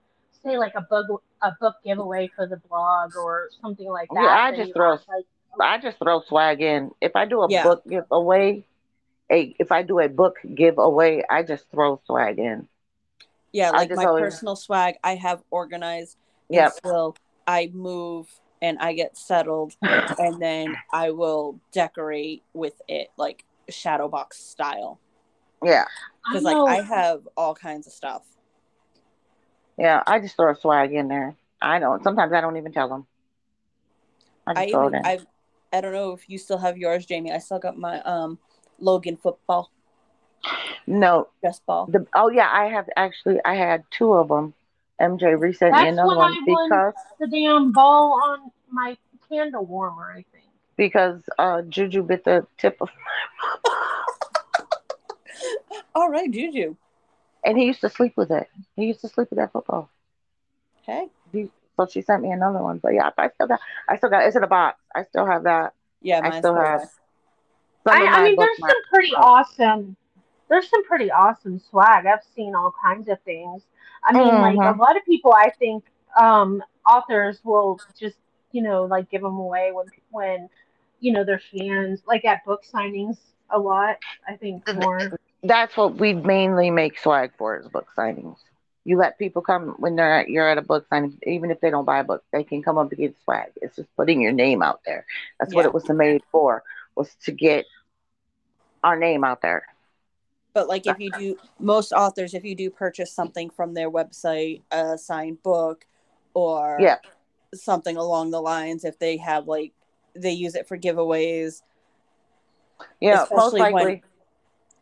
say like a book a book giveaway for the blog or something like
Yeah,
that.
I
then
just
you
throw-
have, like
I just throw swag in. If I do a
Yeah.
book giveaway, a if I do a book giveaway, I just throw swag in.
Yeah,
I
like
just
my
always-
personal swag, I have organized
Yep.
until I move and I get settled, and then I will decorate with it like shadow box style.
Yeah.
I
Because like
know-
I have all kinds of stuff.
Yeah. I just throw swag in there. I don't. Sometimes I don't even tell them. I just
I
throw
even
it in.
I I don't know if you still have yours, Jamie. I still got my um Logan football
no.
dress ball.
The oh yeah, I have actually. I had two of them. MJ resent me
That's
another
when
one
I won.
because
the damn ball on my candle warmer, I think.
because uh Juju bit the tip of,
All right, Juju.
and he used to sleep with it. He used to sleep with that football.
Hey.
So she sent me another one. But yeah, I still got. I still got. It's in a box. I still have that.
Yeah,
I
mine's
still
still
have-
there.
Some
I,
of
I
my
mean,
book
there's
marks-
some pretty awesome. There's some pretty awesome swag. I've seen all kinds of things. I mean, like
Mhm.
a lot of people, I think um, authors will just you know like give them away when when you know their fans like at book signings a lot. I think
Mm-hmm.
more.
that's what we mainly make swag for is book signings. You let people come when they're at, you're at a book signing, even if they don't buy a book, they can come up and get swag. It's just putting your name out there. That's what
Yeah.
it was made for, was to get our name out there.
But like if you do most authors, if you do purchase something from their website, a signed book or
Yeah.
something along the lines, if they have like they use it for giveaways,
Yeah, most
Especially when-
likely.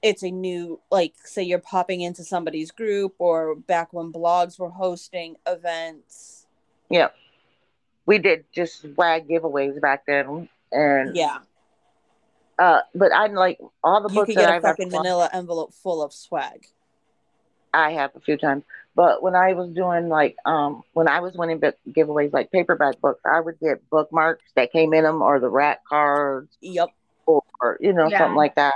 it's a new like say you're popping into somebody's group or back when blogs were hosting events.
yeah. We did just swag giveaways back then, and
Yeah.
uh, but I'm like all the
You
books
could
that
get a
I've ever
fucking
bought-
vanilla envelope full of swag.
I have a few times. But when I was doing like um when I was winning book giveaways like paperback books, I would get bookmarks that came in them or the rat cards
Yep.
or, you know
Yeah.
something like that.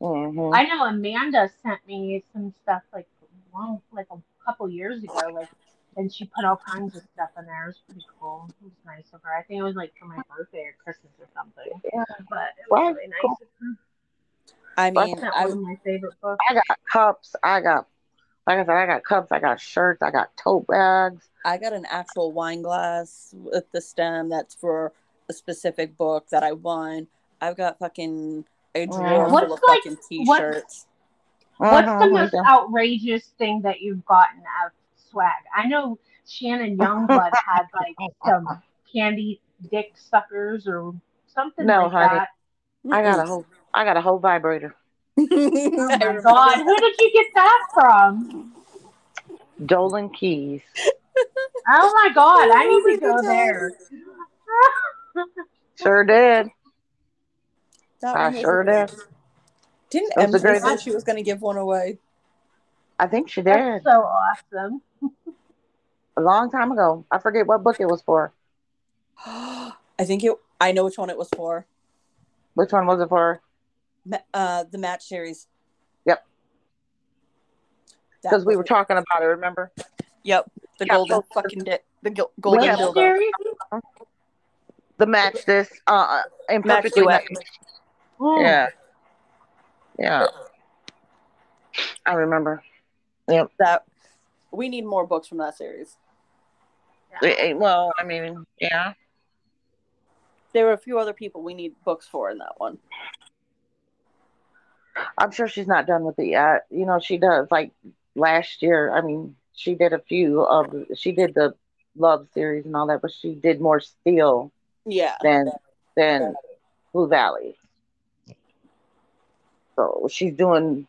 hmm
I know Amanda sent me some stuff like long, like a couple years ago, like, and she put all kinds of stuff in there. It was pretty cool. It was nice of her. I think it was like for my birthday or Christmas or something.
Yeah.
But it was
Well,
really nice.
cool.
of her.
I
Well,
mean,
Sent
I
one of my favorite books.
I got cups. I got like I said, I got cups. I got shirts. I got tote bags.
I got an actual wine glass with the stem that's for a specific book that I won. I've got fucking a drawer
What's
full of
like-
fucking
what's-
t-shirts.
What's the
Mhm,
most
yeah.
outrageous thing that you've gotten out of swag? I know Shannon Youngblood had like some candy dick suckers or something
No,
like
honey.
that.
I got a whole I got a whole vibrator.
Oh my god, who did you get that from?
Dolan Keys.
Oh my god, I
Oh
need to
my
go
God.
there.
Sure did.
Oh,
That
I
one was
sure
a good
did.
one. Didn't
That was a
MJ
great-
say she was going to give one away?
I think she did.
That's so awesome.
a long time ago. I forget what book it was for.
I think it. I know which one it was for.
Which one was it for?
Ma- Uh, the match series.
Yep.
That
Because we
was
were
it.
talking about it, remember?
Yep. The
Yeah,
golden
so-
fucking di- the gil-
Well,
golden
yeah,
dildo.
Series?
The match this uh and
Match
perfectly
duet.
Matched.
Mm.
Yeah. Yeah. I remember.
That we need more books from that series.
Eh, eh, Well, I mean, yeah.
There were a few other people we need books for in that one.
I'm sure she's not done with the. Uh, you know, she does like last year. I mean, she did a few of. She did the love series and all that, but she did more steel
Yeah.
than than Blue Valley. So she's doing.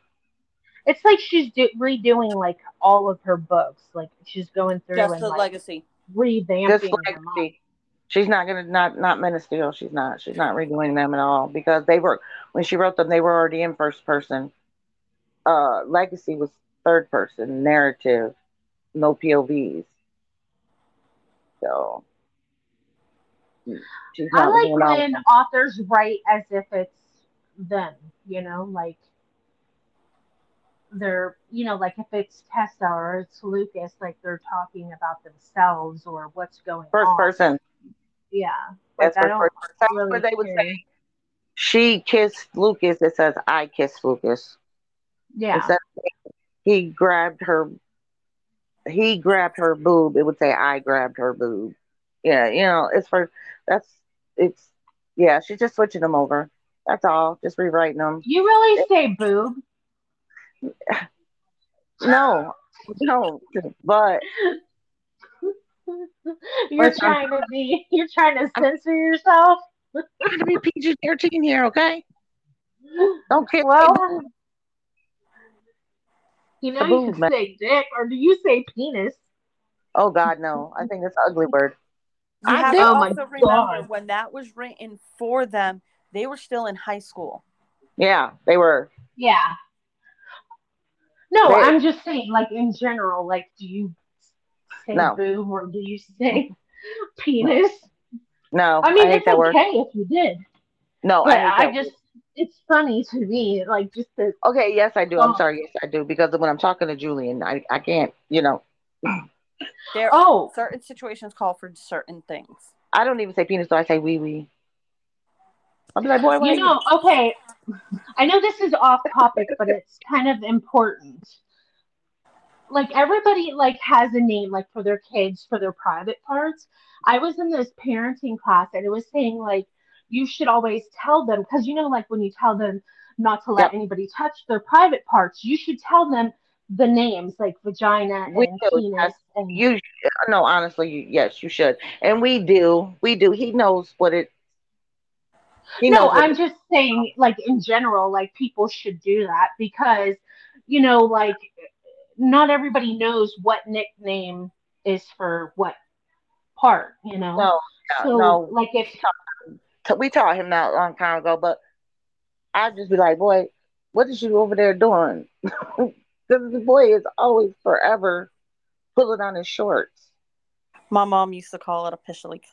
It's like she's do- redoing like all of her books. Like she's going through
Just
and
the
like
legacy.
revamping
Just
them all.
like she's not gonna not not Men of Steel. She's not. She's not redoing them at all because they were when she wrote them, they were already in first person. Uh, Legacy was third person narrative, no POVs. So mm, she's
I
not
like
doing all-
when authors write as if it's them, you know, like they're, you know, like if it's Tessa or it's Lucas, like they're talking about themselves or what's going
first
on.
person.
Yeah. Like
That's
Oh, I
first person.
don't
That's
really
what they would
care.
say. She kissed Lucas. It says I kissed Lucas.
Yeah.
Instead of he grabbed her he grabbed her boob, it would say I grabbed her boob. Yeah, you know, it's for that's it's yeah, she's just switching them over. That's all. Just rewriting them.
You really say boob.
No, no, but
You're
Listen.
trying to be you're trying to censor yourself.
I'm to be PG thirteen here, okay? Don't care.
Well, you know you
Boob,
can
man.
say dick or do you say penis?
oh God, no! I think that's an ugly word.
You
I
have
did-
to
Oh my
also remember
God.
when that was written for them, they were still in high school.
Yeah, they were.
Yeah. No,
Right.
I'm just saying, like in general, like do you say
No.
boob or do you say penis?
No,
I mean,
Oh, hate
it's
that
okay
word.
if you did,
No,
but
I hate
I,
that
just it's funny to me, like just the
Okay, yes, I do. I'm
Oh.
sorry, yes, I do. Because when I'm talking to Julian, I, I can't, you know,
There,
oh
certain situations call for certain things.
I don't even say penis, so I say wee wee. I'll be like, boy, why
you know okay. I know this is off topic, but it's kind of important. Like everybody like has a name like for their kids for their private parts. I was in this parenting class and it was saying like you should always tell them because you know like when you tell them not to
Yep.
let anybody touch their private parts, you should tell them the names like vagina
We
and
do,
penis
yes.
and
you, sh- no, honestly, you, yes, you should. And we do, we do. He knows what it, he
no,
knows what
I'm just saying, like in general, like people should do that because, you know, like not everybody knows what nickname is for what part, you know.
No, yeah,
so
no.
like if
t- we taught him that a long time ago, but I'd just be like, boy, what is you over there doing? Because the boy is always forever pulling on his shorts.
My mom used to call it a pish leak.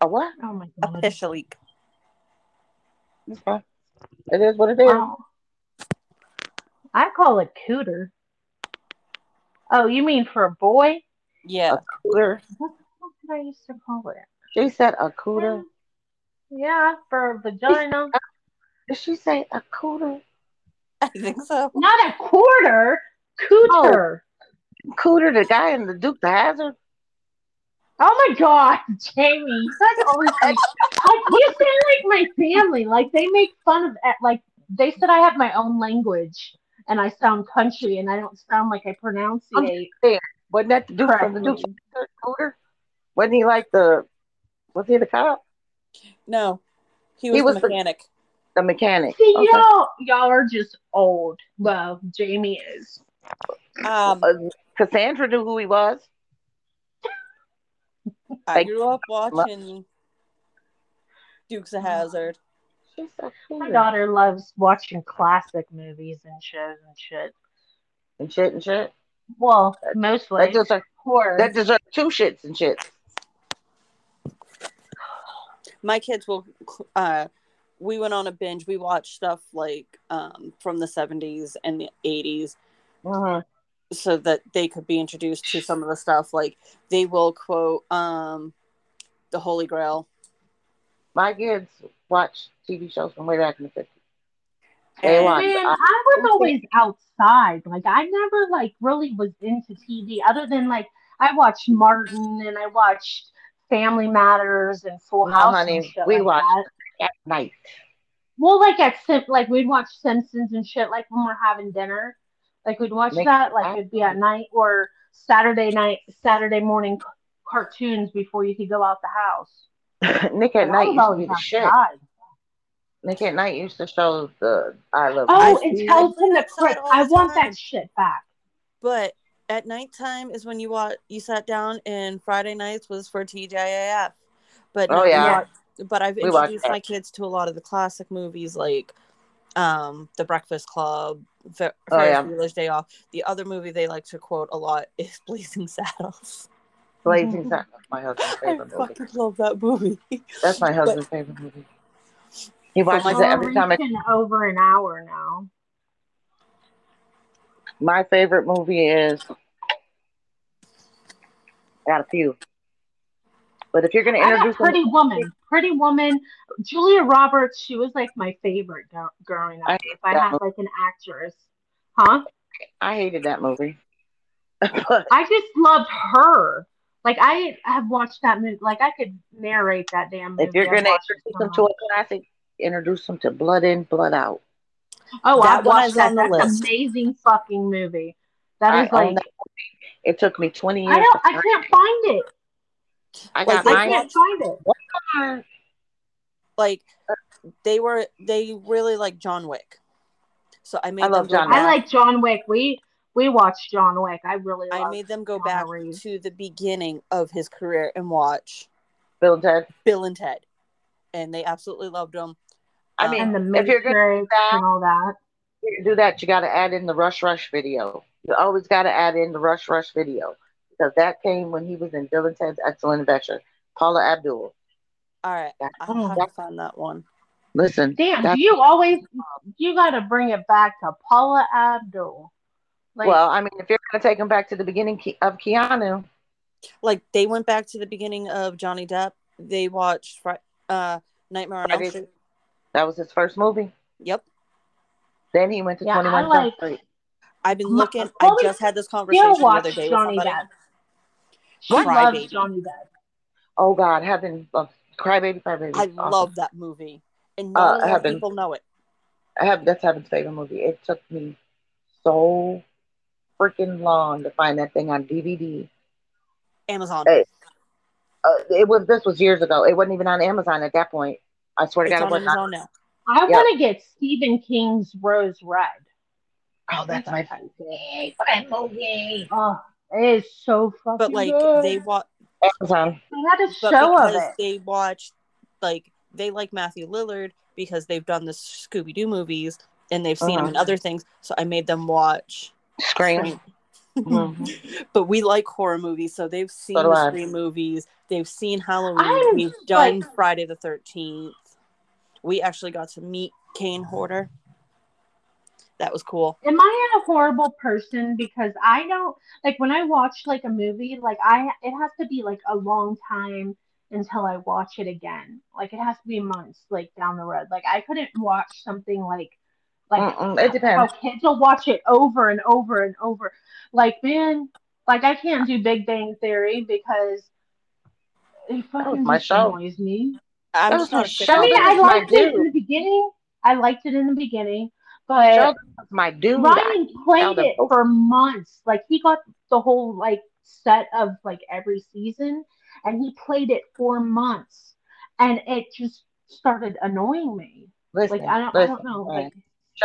A what?
oh my
A
god,
pish leak.
Okay. It is what it is.
wow, I call it cooter. Oh, you mean for a boy?
Yeah.
A cooter.
What the fuck did I used to call it?
She said a cooter.
Yeah, for a vagina.
Did she say a cooter?
I think so.
Not a quarter, cooter.
Cooter, the guy in the Duke the Hazard?
Oh my god, Jamie, you guys always like, like you sound like my family. Like they make fun of at like they said I have my own language and I sound country and I don't sound like I pronunciate
Wasn't that the Duke from the Duke
correctly.
the Cooter? Wasn't he like the, was he the cop?
No. He was,
He was
the
the-
mechanic.
The mechanic.
See
Okay.
y'all y'all are just old. Well, Jamie is.
Um,
Uh, Cassandra knew who he was.
I
Thank
grew up watching Dukes of Hazard.
She's a
My
cooter.
daughter loves watching classic movies and shows and shit.
And shit and shit.
Well, mostly
That just are,
horror.
that just are two shits and shit.
My kids will. Uh, we went on a binge. We watched stuff like um, from the seventies and the eighties,
Mhm.
so that they could be introduced to some of the stuff. Like they will quote um, the Holy Grail.
My kids watch TV shows from way back in the 50s. They
And
watch.
Man,
uh,
I was always outside. Like I never like really was into TV other than like I watched Martin and I watched Family Matters and Full
No,
House.
honey,
and shit
we
like
watched-
that.
at night.
Well, like at Sim- like we'd watch Simpsons and shit like when we're having dinner. Like we'd watch
Make-
that. Like it'd be at night or Saturday night, Saturday morning c- cartoons before you could go out the house.
Nick at
And I
night
was
used to
always
be the shit.
outside.
Nick at night used to show the I love.
Oh,
I
it's
see.
held in the
Outside
crypt.
all
I
the
want
time.
that shit back.
But at nighttime is when you wa- you sat down, and Friday nights was for TJAF. But
Oh,
now we
yeah.
watch- but I've
We watch
introduced
that.
my kids to a lot of the classic movies like um, The Breakfast Club, Fer-
Oh,
Ferris
yeah.
Bueller's Day Off. The other movie they like to quote a lot is Blazing Saddles.
Blazing Saddles. My husband's
I
favorite movie.
fucking love that movie.
That's my husband's favorite movie. He watches
my-
it every time. I,
reaching Oh, over an hour now.
my favorite movie is got a few. But if you're gonna
I got
introduce him,
Pretty Woman. Pretty Woman. Julia Roberts. She was like my favorite gro- growing up.
I
if I
that
had like an actress, huh?
I hated that movie. but
I just loved her. Like I have watched that movie. Like I could narrate that damn movie.
if you're
I've
gonna
watched it
introduce
so
him to a
much.
classic, introduce him to Blood In, Blood Out.
oh,
That
I
one is
watched that.
on the
That's
list.
amazing fucking movie. That
I
is
own
like
that It took me 20 years.
I don't.
to
I
find-
can't find it.
I
Like,
got
they
I
mine.
can't find it.
Like they were they really like John Wick. So I made them
love
go
John Wick.
back-
I like John Wick. We we watched John Wick. I really.
I
love
made them go
Keanu
back
Reeves.
to the beginning of his career and watch
Bill and Ted.
Bill and Ted, and they absolutely loved him.
I
Um,
mean,
and the
if you're gonna
Matrix
that-
and all that.
if you do that, you got to add in the Rush Rush video. You always got to add in the Rush Rush video because that came when he was in Bill and Ted's Excellent Adventure. Paula Abdul.
All right, I'll
Oh,
have to find that one.
Listen,
Damn,
That-
do you always you got to bring it back to Paula Abdul? Like,
well, I mean, if you're gonna take him back to the beginning Ke- of Keanu,
Like they went back to the beginning of Johnny Depp. They watched Fri- uh, Nightmare on Elm
Friday.
Street.
that was his first movie.
Yep,
Then he went to
Yeah,
21
I
Jump
like-
Street.
I've been
Ma-
looking. I
Chloe
just had this conversation
still
the other
watch
day with
Johnny
somebody.
Depp. She
What?
loves
Crybaby.
Johnny Depp.
Oh God, Heaven, oh, Crybaby, Crybaby.
I
It's awesome.
love that movie, and
Uh,
not a lot of
Heaven.
people know it.
I have that's Heaven's favorite movie. It took me so freaking long to find that thing on DVD.
Amazon.
Hey, Uh, it was this was years ago. It wasn't even on Amazon at that point. I swear to
it's
God, it
on
wasn't. on-
Amazon now.
I
Yeah.
want to get Stephen King's Rose Red.
Oh, that's my favorite movie.
Oh, it is so fucking
But like
good.
they watch.
Amazon.
They had a
but
show of
because
it.
they watched like they like Matthew Lillard because they've done the Scooby Doo movies and they've seen him in
Uh-huh.
other things. So I made them watch.
Scream.
Scream. But we like horror movies, so they've seen
So do
the
I.
Scream movies. They've seen Halloween.
I'm
We've
just
done
like-
Friday the Thirteenth. We actually got to meet Kane Horder. That was cool.
Am I a horrible person because I don't like when I watch like a movie, like I it has to be like a long time until I watch it again. Like it has to be months like down the road. Like I couldn't watch something like like
Mm-mm, Mm, it
how
depends.
kids will watch it over and over and over. Like man, like I can't do Big Bang Theory because it fucking
my
just
show.
annoys me.
I'm
That
just
was
not
my
a chick.
show.
I
Oh,
mean,
that
I
was my
liked it in
dude.
the beginning. I liked it in the beginning, but
Show was my dude.
Ryan
tell
played
them-
it for months. Like he got the whole like set of like every season and he played it for months. And it just started annoying me.
Listen,
Like I don't I
listen,
don't know.
man.
Like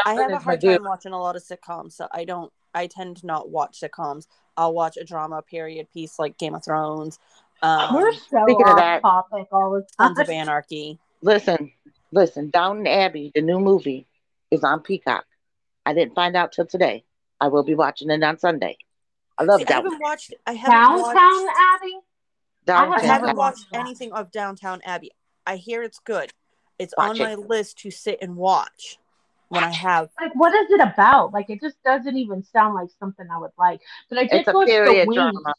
I
Sheldon
have a
is my
hard
dude.
time watching a lot of sitcoms, so I don't. I tend to not watch sitcoms. I'll watch a drama period piece like Game of Thrones,
we're
um,
so
speaking of
off
that-
topic all the time.
Sons of Anarchy.
Listen, listen, Downton Abbey, the new movie, is on Peacock. I didn't find out till today. I will be watching it on Sunday. I love
See, I
Downton.
haven't watched. I haven't
Downtown
watched,
Abbey?
I
Downton
haven't
haven't watched
Abbey.
watched that.
anything of Downtown Abbey. I hear it's good. It's
Watch
on
it.
my list to sit and watch when I have.
Like what is it about? Like it just doesn't even sound like something I would like. But I did
It's a
watch the
period
wings.
drama.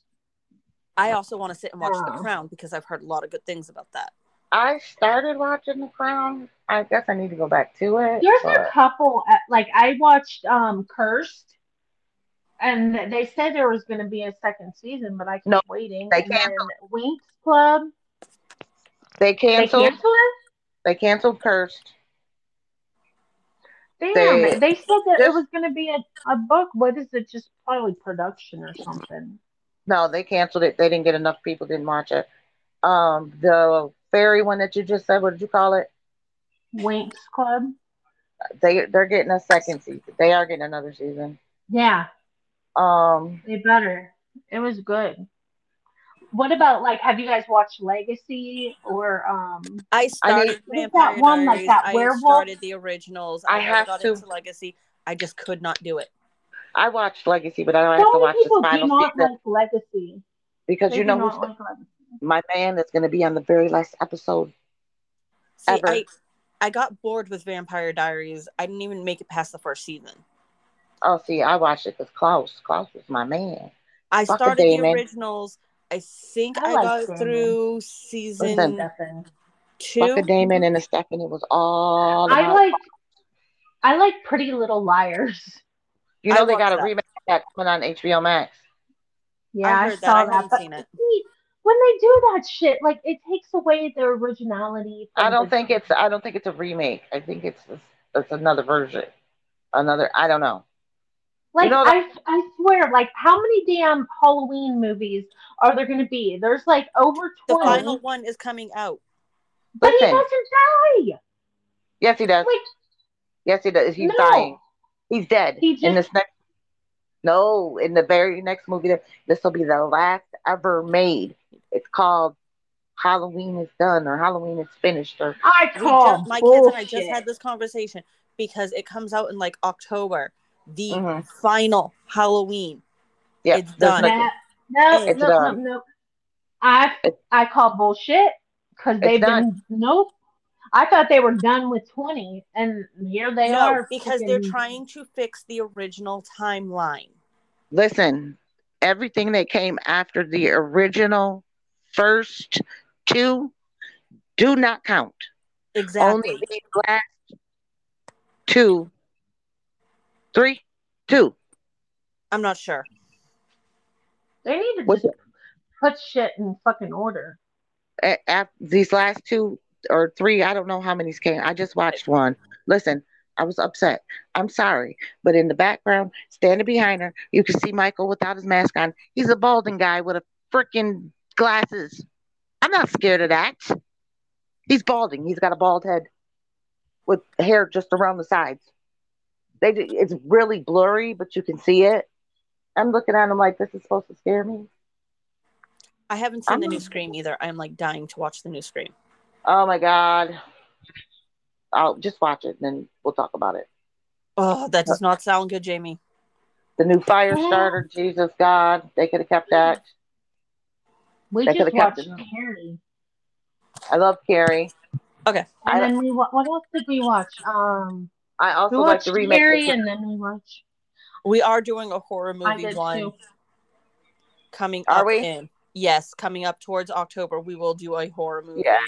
I also want to sit and watch The
Oh.
Crown because I've heard a lot of good things about that.
I started watching The Crown. I guess I need to go back to it.
There's a
but
couple uh, like I watched um Cursed And they said there was going to be a second season, but I kept
No,
waiting.
they
and then
canceled.
Winx Club,
They
they
canceled.
canceled it.
They canceled cursed.
Damn,
They-
they, said that
this-
it was going to be a, a book. What is it? Just probably production or something.
No, they canceled it. They didn't get enough people. Didn't watch it. Um, the fairy one that you just said. What did you call it?
Winx Club.
They they're getting a second season. They are getting another season.
Yeah,
Um,
they better. It was good. What about like? Have you guys watched Legacy or um?
I started
need-
What's
Vampire
that one, like
Diaries.
that
I
werewolf?
started the originals.
I
I, never
have
got
to-
into Legacy. I just could not do it.
I watched Legacy, but I don't have to
So many
watch
people
the
do
final
not
season
like Legacy.
because
They
you
do
know
not
who's
like Legacy.
my man that's going to be on the very last episode.
See,
Ever.
I I got bored with Vampire Diaries. I didn't even make it past the first season.
Oh, see, I watched it because Klaus. Klaus was my man.
I
Fuck
started the
Damon.
originals. I think
I
I,
like
got
Damon.
through season
Listen,
Nothing.
two.
Bucket Damon and the Stephanie was all.
I
about-
like I like Pretty Little Liars.
You know
I
they
watched
got a
that.
remake of that coming on HBO Max.
Yeah, I,
heard that. I
saw that.
haven't
but
seen it.
see, when they do that shit, like it takes away their originality. from
I don't
the-
think it's. I don't think it's a remake. I think it's it's another version. Another. I don't know.
like
you know
I I swear, like how many damn Halloween movies are there going to be? There's like over
The
twenty,
final one is coming out.
but he
Listen.
doesn't die.
Yes, he does.
Like
Yes, he does. He's
no,
dying. He's dead.
He
in
just-
this next. No, in the very next movie, this will be the last ever made. It's called Halloween is done or Halloween is finished or
I
We
call
Oh,
just, my kids and I just
bullshit.
had this conversation because it comes out in like October. The
Mm-hmm.
Mhm.
final Halloween.
yeah.
It's
there's
done.
nothing.
No, no,
It's
no, no,
done.
no. I
It's-
I call bullshit because
It's
they've been nope. I thought they were done with twenty, and here they
no,
are
because they're
freaking-
trying to fix the original timeline.
Listen, everything that came after the original first two do not count.
Exactly.
Only the last two, three, two.
I'm not sure.
They need to
What's
just put shit in fucking order.
A- af- these last two or three, I don't know how many came. I just watched one. Listen, I was upset. I'm sorry, but in the background, standing behind her, you can see Michael without his mask on. He's a balding guy with a freaking glasses. I'm not scared of that. He's balding. He's got a bald head with hair just around the sides. They do, it's really blurry, but you can see it. I'm looking at him like this is supposed to scare me.
I haven't seen
I'm
the new
not-
Scream either. I'm like dying to watch the new Scream.
Oh my god. I'll just watch it and then we'll talk about it.
Oh, that
Uh,
does not sound good, Jamie.
The new fire starter, Jesus God, they could have kept that.
We
They
just
could've kept
watched
it.
Carrie,
I love Carrie.
and
I-
then we wa- what else did we watch? Um,
I
we
also like
watched
the remake.
Carrie, and then we watched.
We are doing a horror
I
movie
did
one
too.
coming
Are
up
we?
in yes, coming up towards October. We will do a horror movie.
Yeah.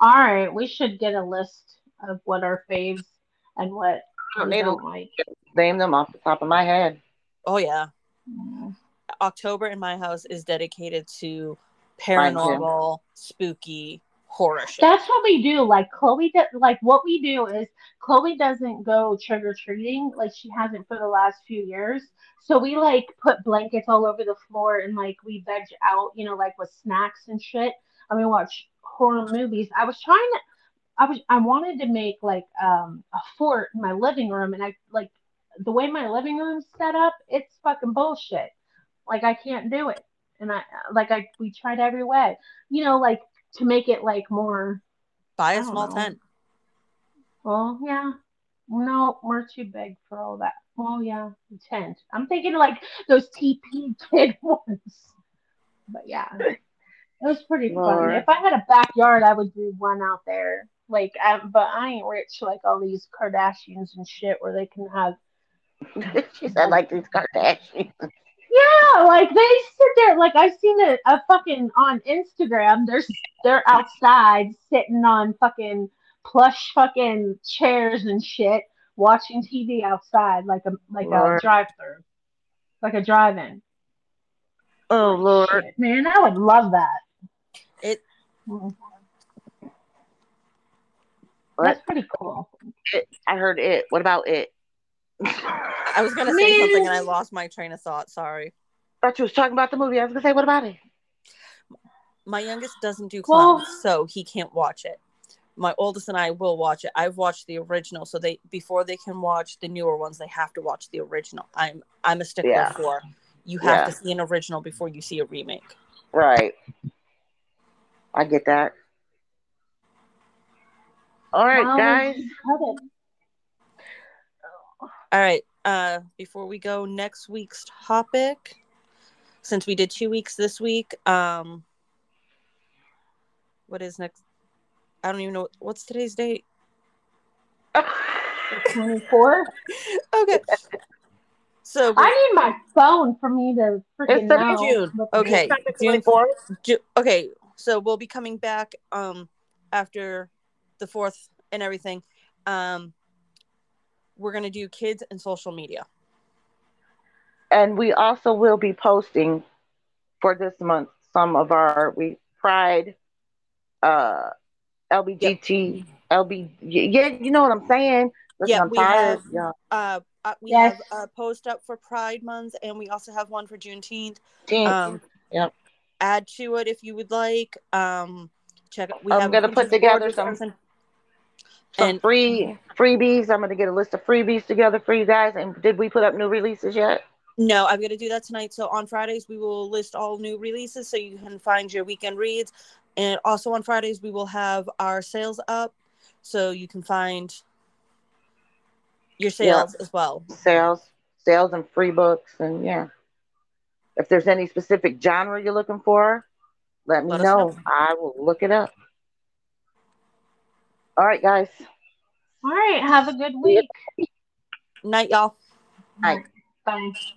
All right, we should get a list of what our faves and what
I don't
we
need to
don't like.
name them off the top of my head.
Oh yeah.
Mm.
October in my house is dedicated to
Mine too.
paranormal, spooky, horror shit.
That's what we do. Like Chloe, do, like what we do is Chloe doesn't go trick or treating like she hasn't for the last few years. So we like put blankets all over the floor and like we veg out, you know, like with snacks and shit, and we watch horror movies. I was trying to, I was, I wanted to make like um a fort in my living room, and I like the way my living room's set up, it's fucking bullshit. Like I can't do it, and I like I we tried every way, you know, like to make it like more
Buy
I
a
don't
small
know.
tent.
well, yeah. No, we're too big for all that. Well, yeah, the tent. I'm thinking like those TP kid ones. But yeah, it was pretty fun.
Lord.
If I had a backyard, I would do one out there. Like, I, but I ain't rich like all these Kardashians and shit where they can have.
she said, like these Kardashians.
Yeah, like they sit there. Like I've seen it a fucking on Instagram. They're they're outside sitting on fucking plush fucking chairs and shit, watching TV outside like a like
Lord.
a drive through. like a drive-in.
Oh Lord.
Shit, man, I would love that.
It-
That's pretty cool.
I heard it. What about it?
I
I
was gonna say something and I
Man.
lost my train of thought. Sorry.
thought you was talking about the movie. I was gonna say, what about it?
My youngest doesn't do
Well-
clowns, so he can't watch it. My oldest and I will watch it. I've watched the original, so they before they can watch the newer ones, they have to watch the original. I'm I'm a stickler
Yeah.
for you have
Yeah.
to see an original before you see a remake.
Right. I get that. All right,
Wow,
guys.
you cut it.
All right. Uh, before we go, next week's topic, since we did two weeks this week, um, what is next? I don't even know what's today's date.
Twenty-four.
okay. So
I need my phone for me to freaking
It's the
know.
June.
what the
Okay.
It's not the
June-
24th.
Ju- okay so we'll be coming back um after the fourth and everything um we're gonna do kids and social media
And we also will be posting for this month some of our we pride uh LBGT LB yeah, you know what I'm saying? Listen,
Yeah,
I'm
we
tired,
have-
y'all.
uh, uh we
Yes.
have a post up for pride month and we also have one for juneteenth
Jean,
um
Yep.
add to it if you would like um check we
I'm
have a
gonna put
Pinterest board
together
with
some-
everything.
some
and-
free freebies. I'm gonna get a list of freebies together for you guys. And did we put up new releases yet?
No, I'm going to do that tonight. So on Fridays, we will list all new releases so you can find your weekend reads. And also on Fridays, we will have our sales up so you can find your sales as well.
Sales, sales, and free books, and yeah. If there's any specific genre you're looking for, let me
Let us
know.
know.
I will look it up. All right, guys.
All right. Have a good week.
Night, y'all.
Night.
Bye.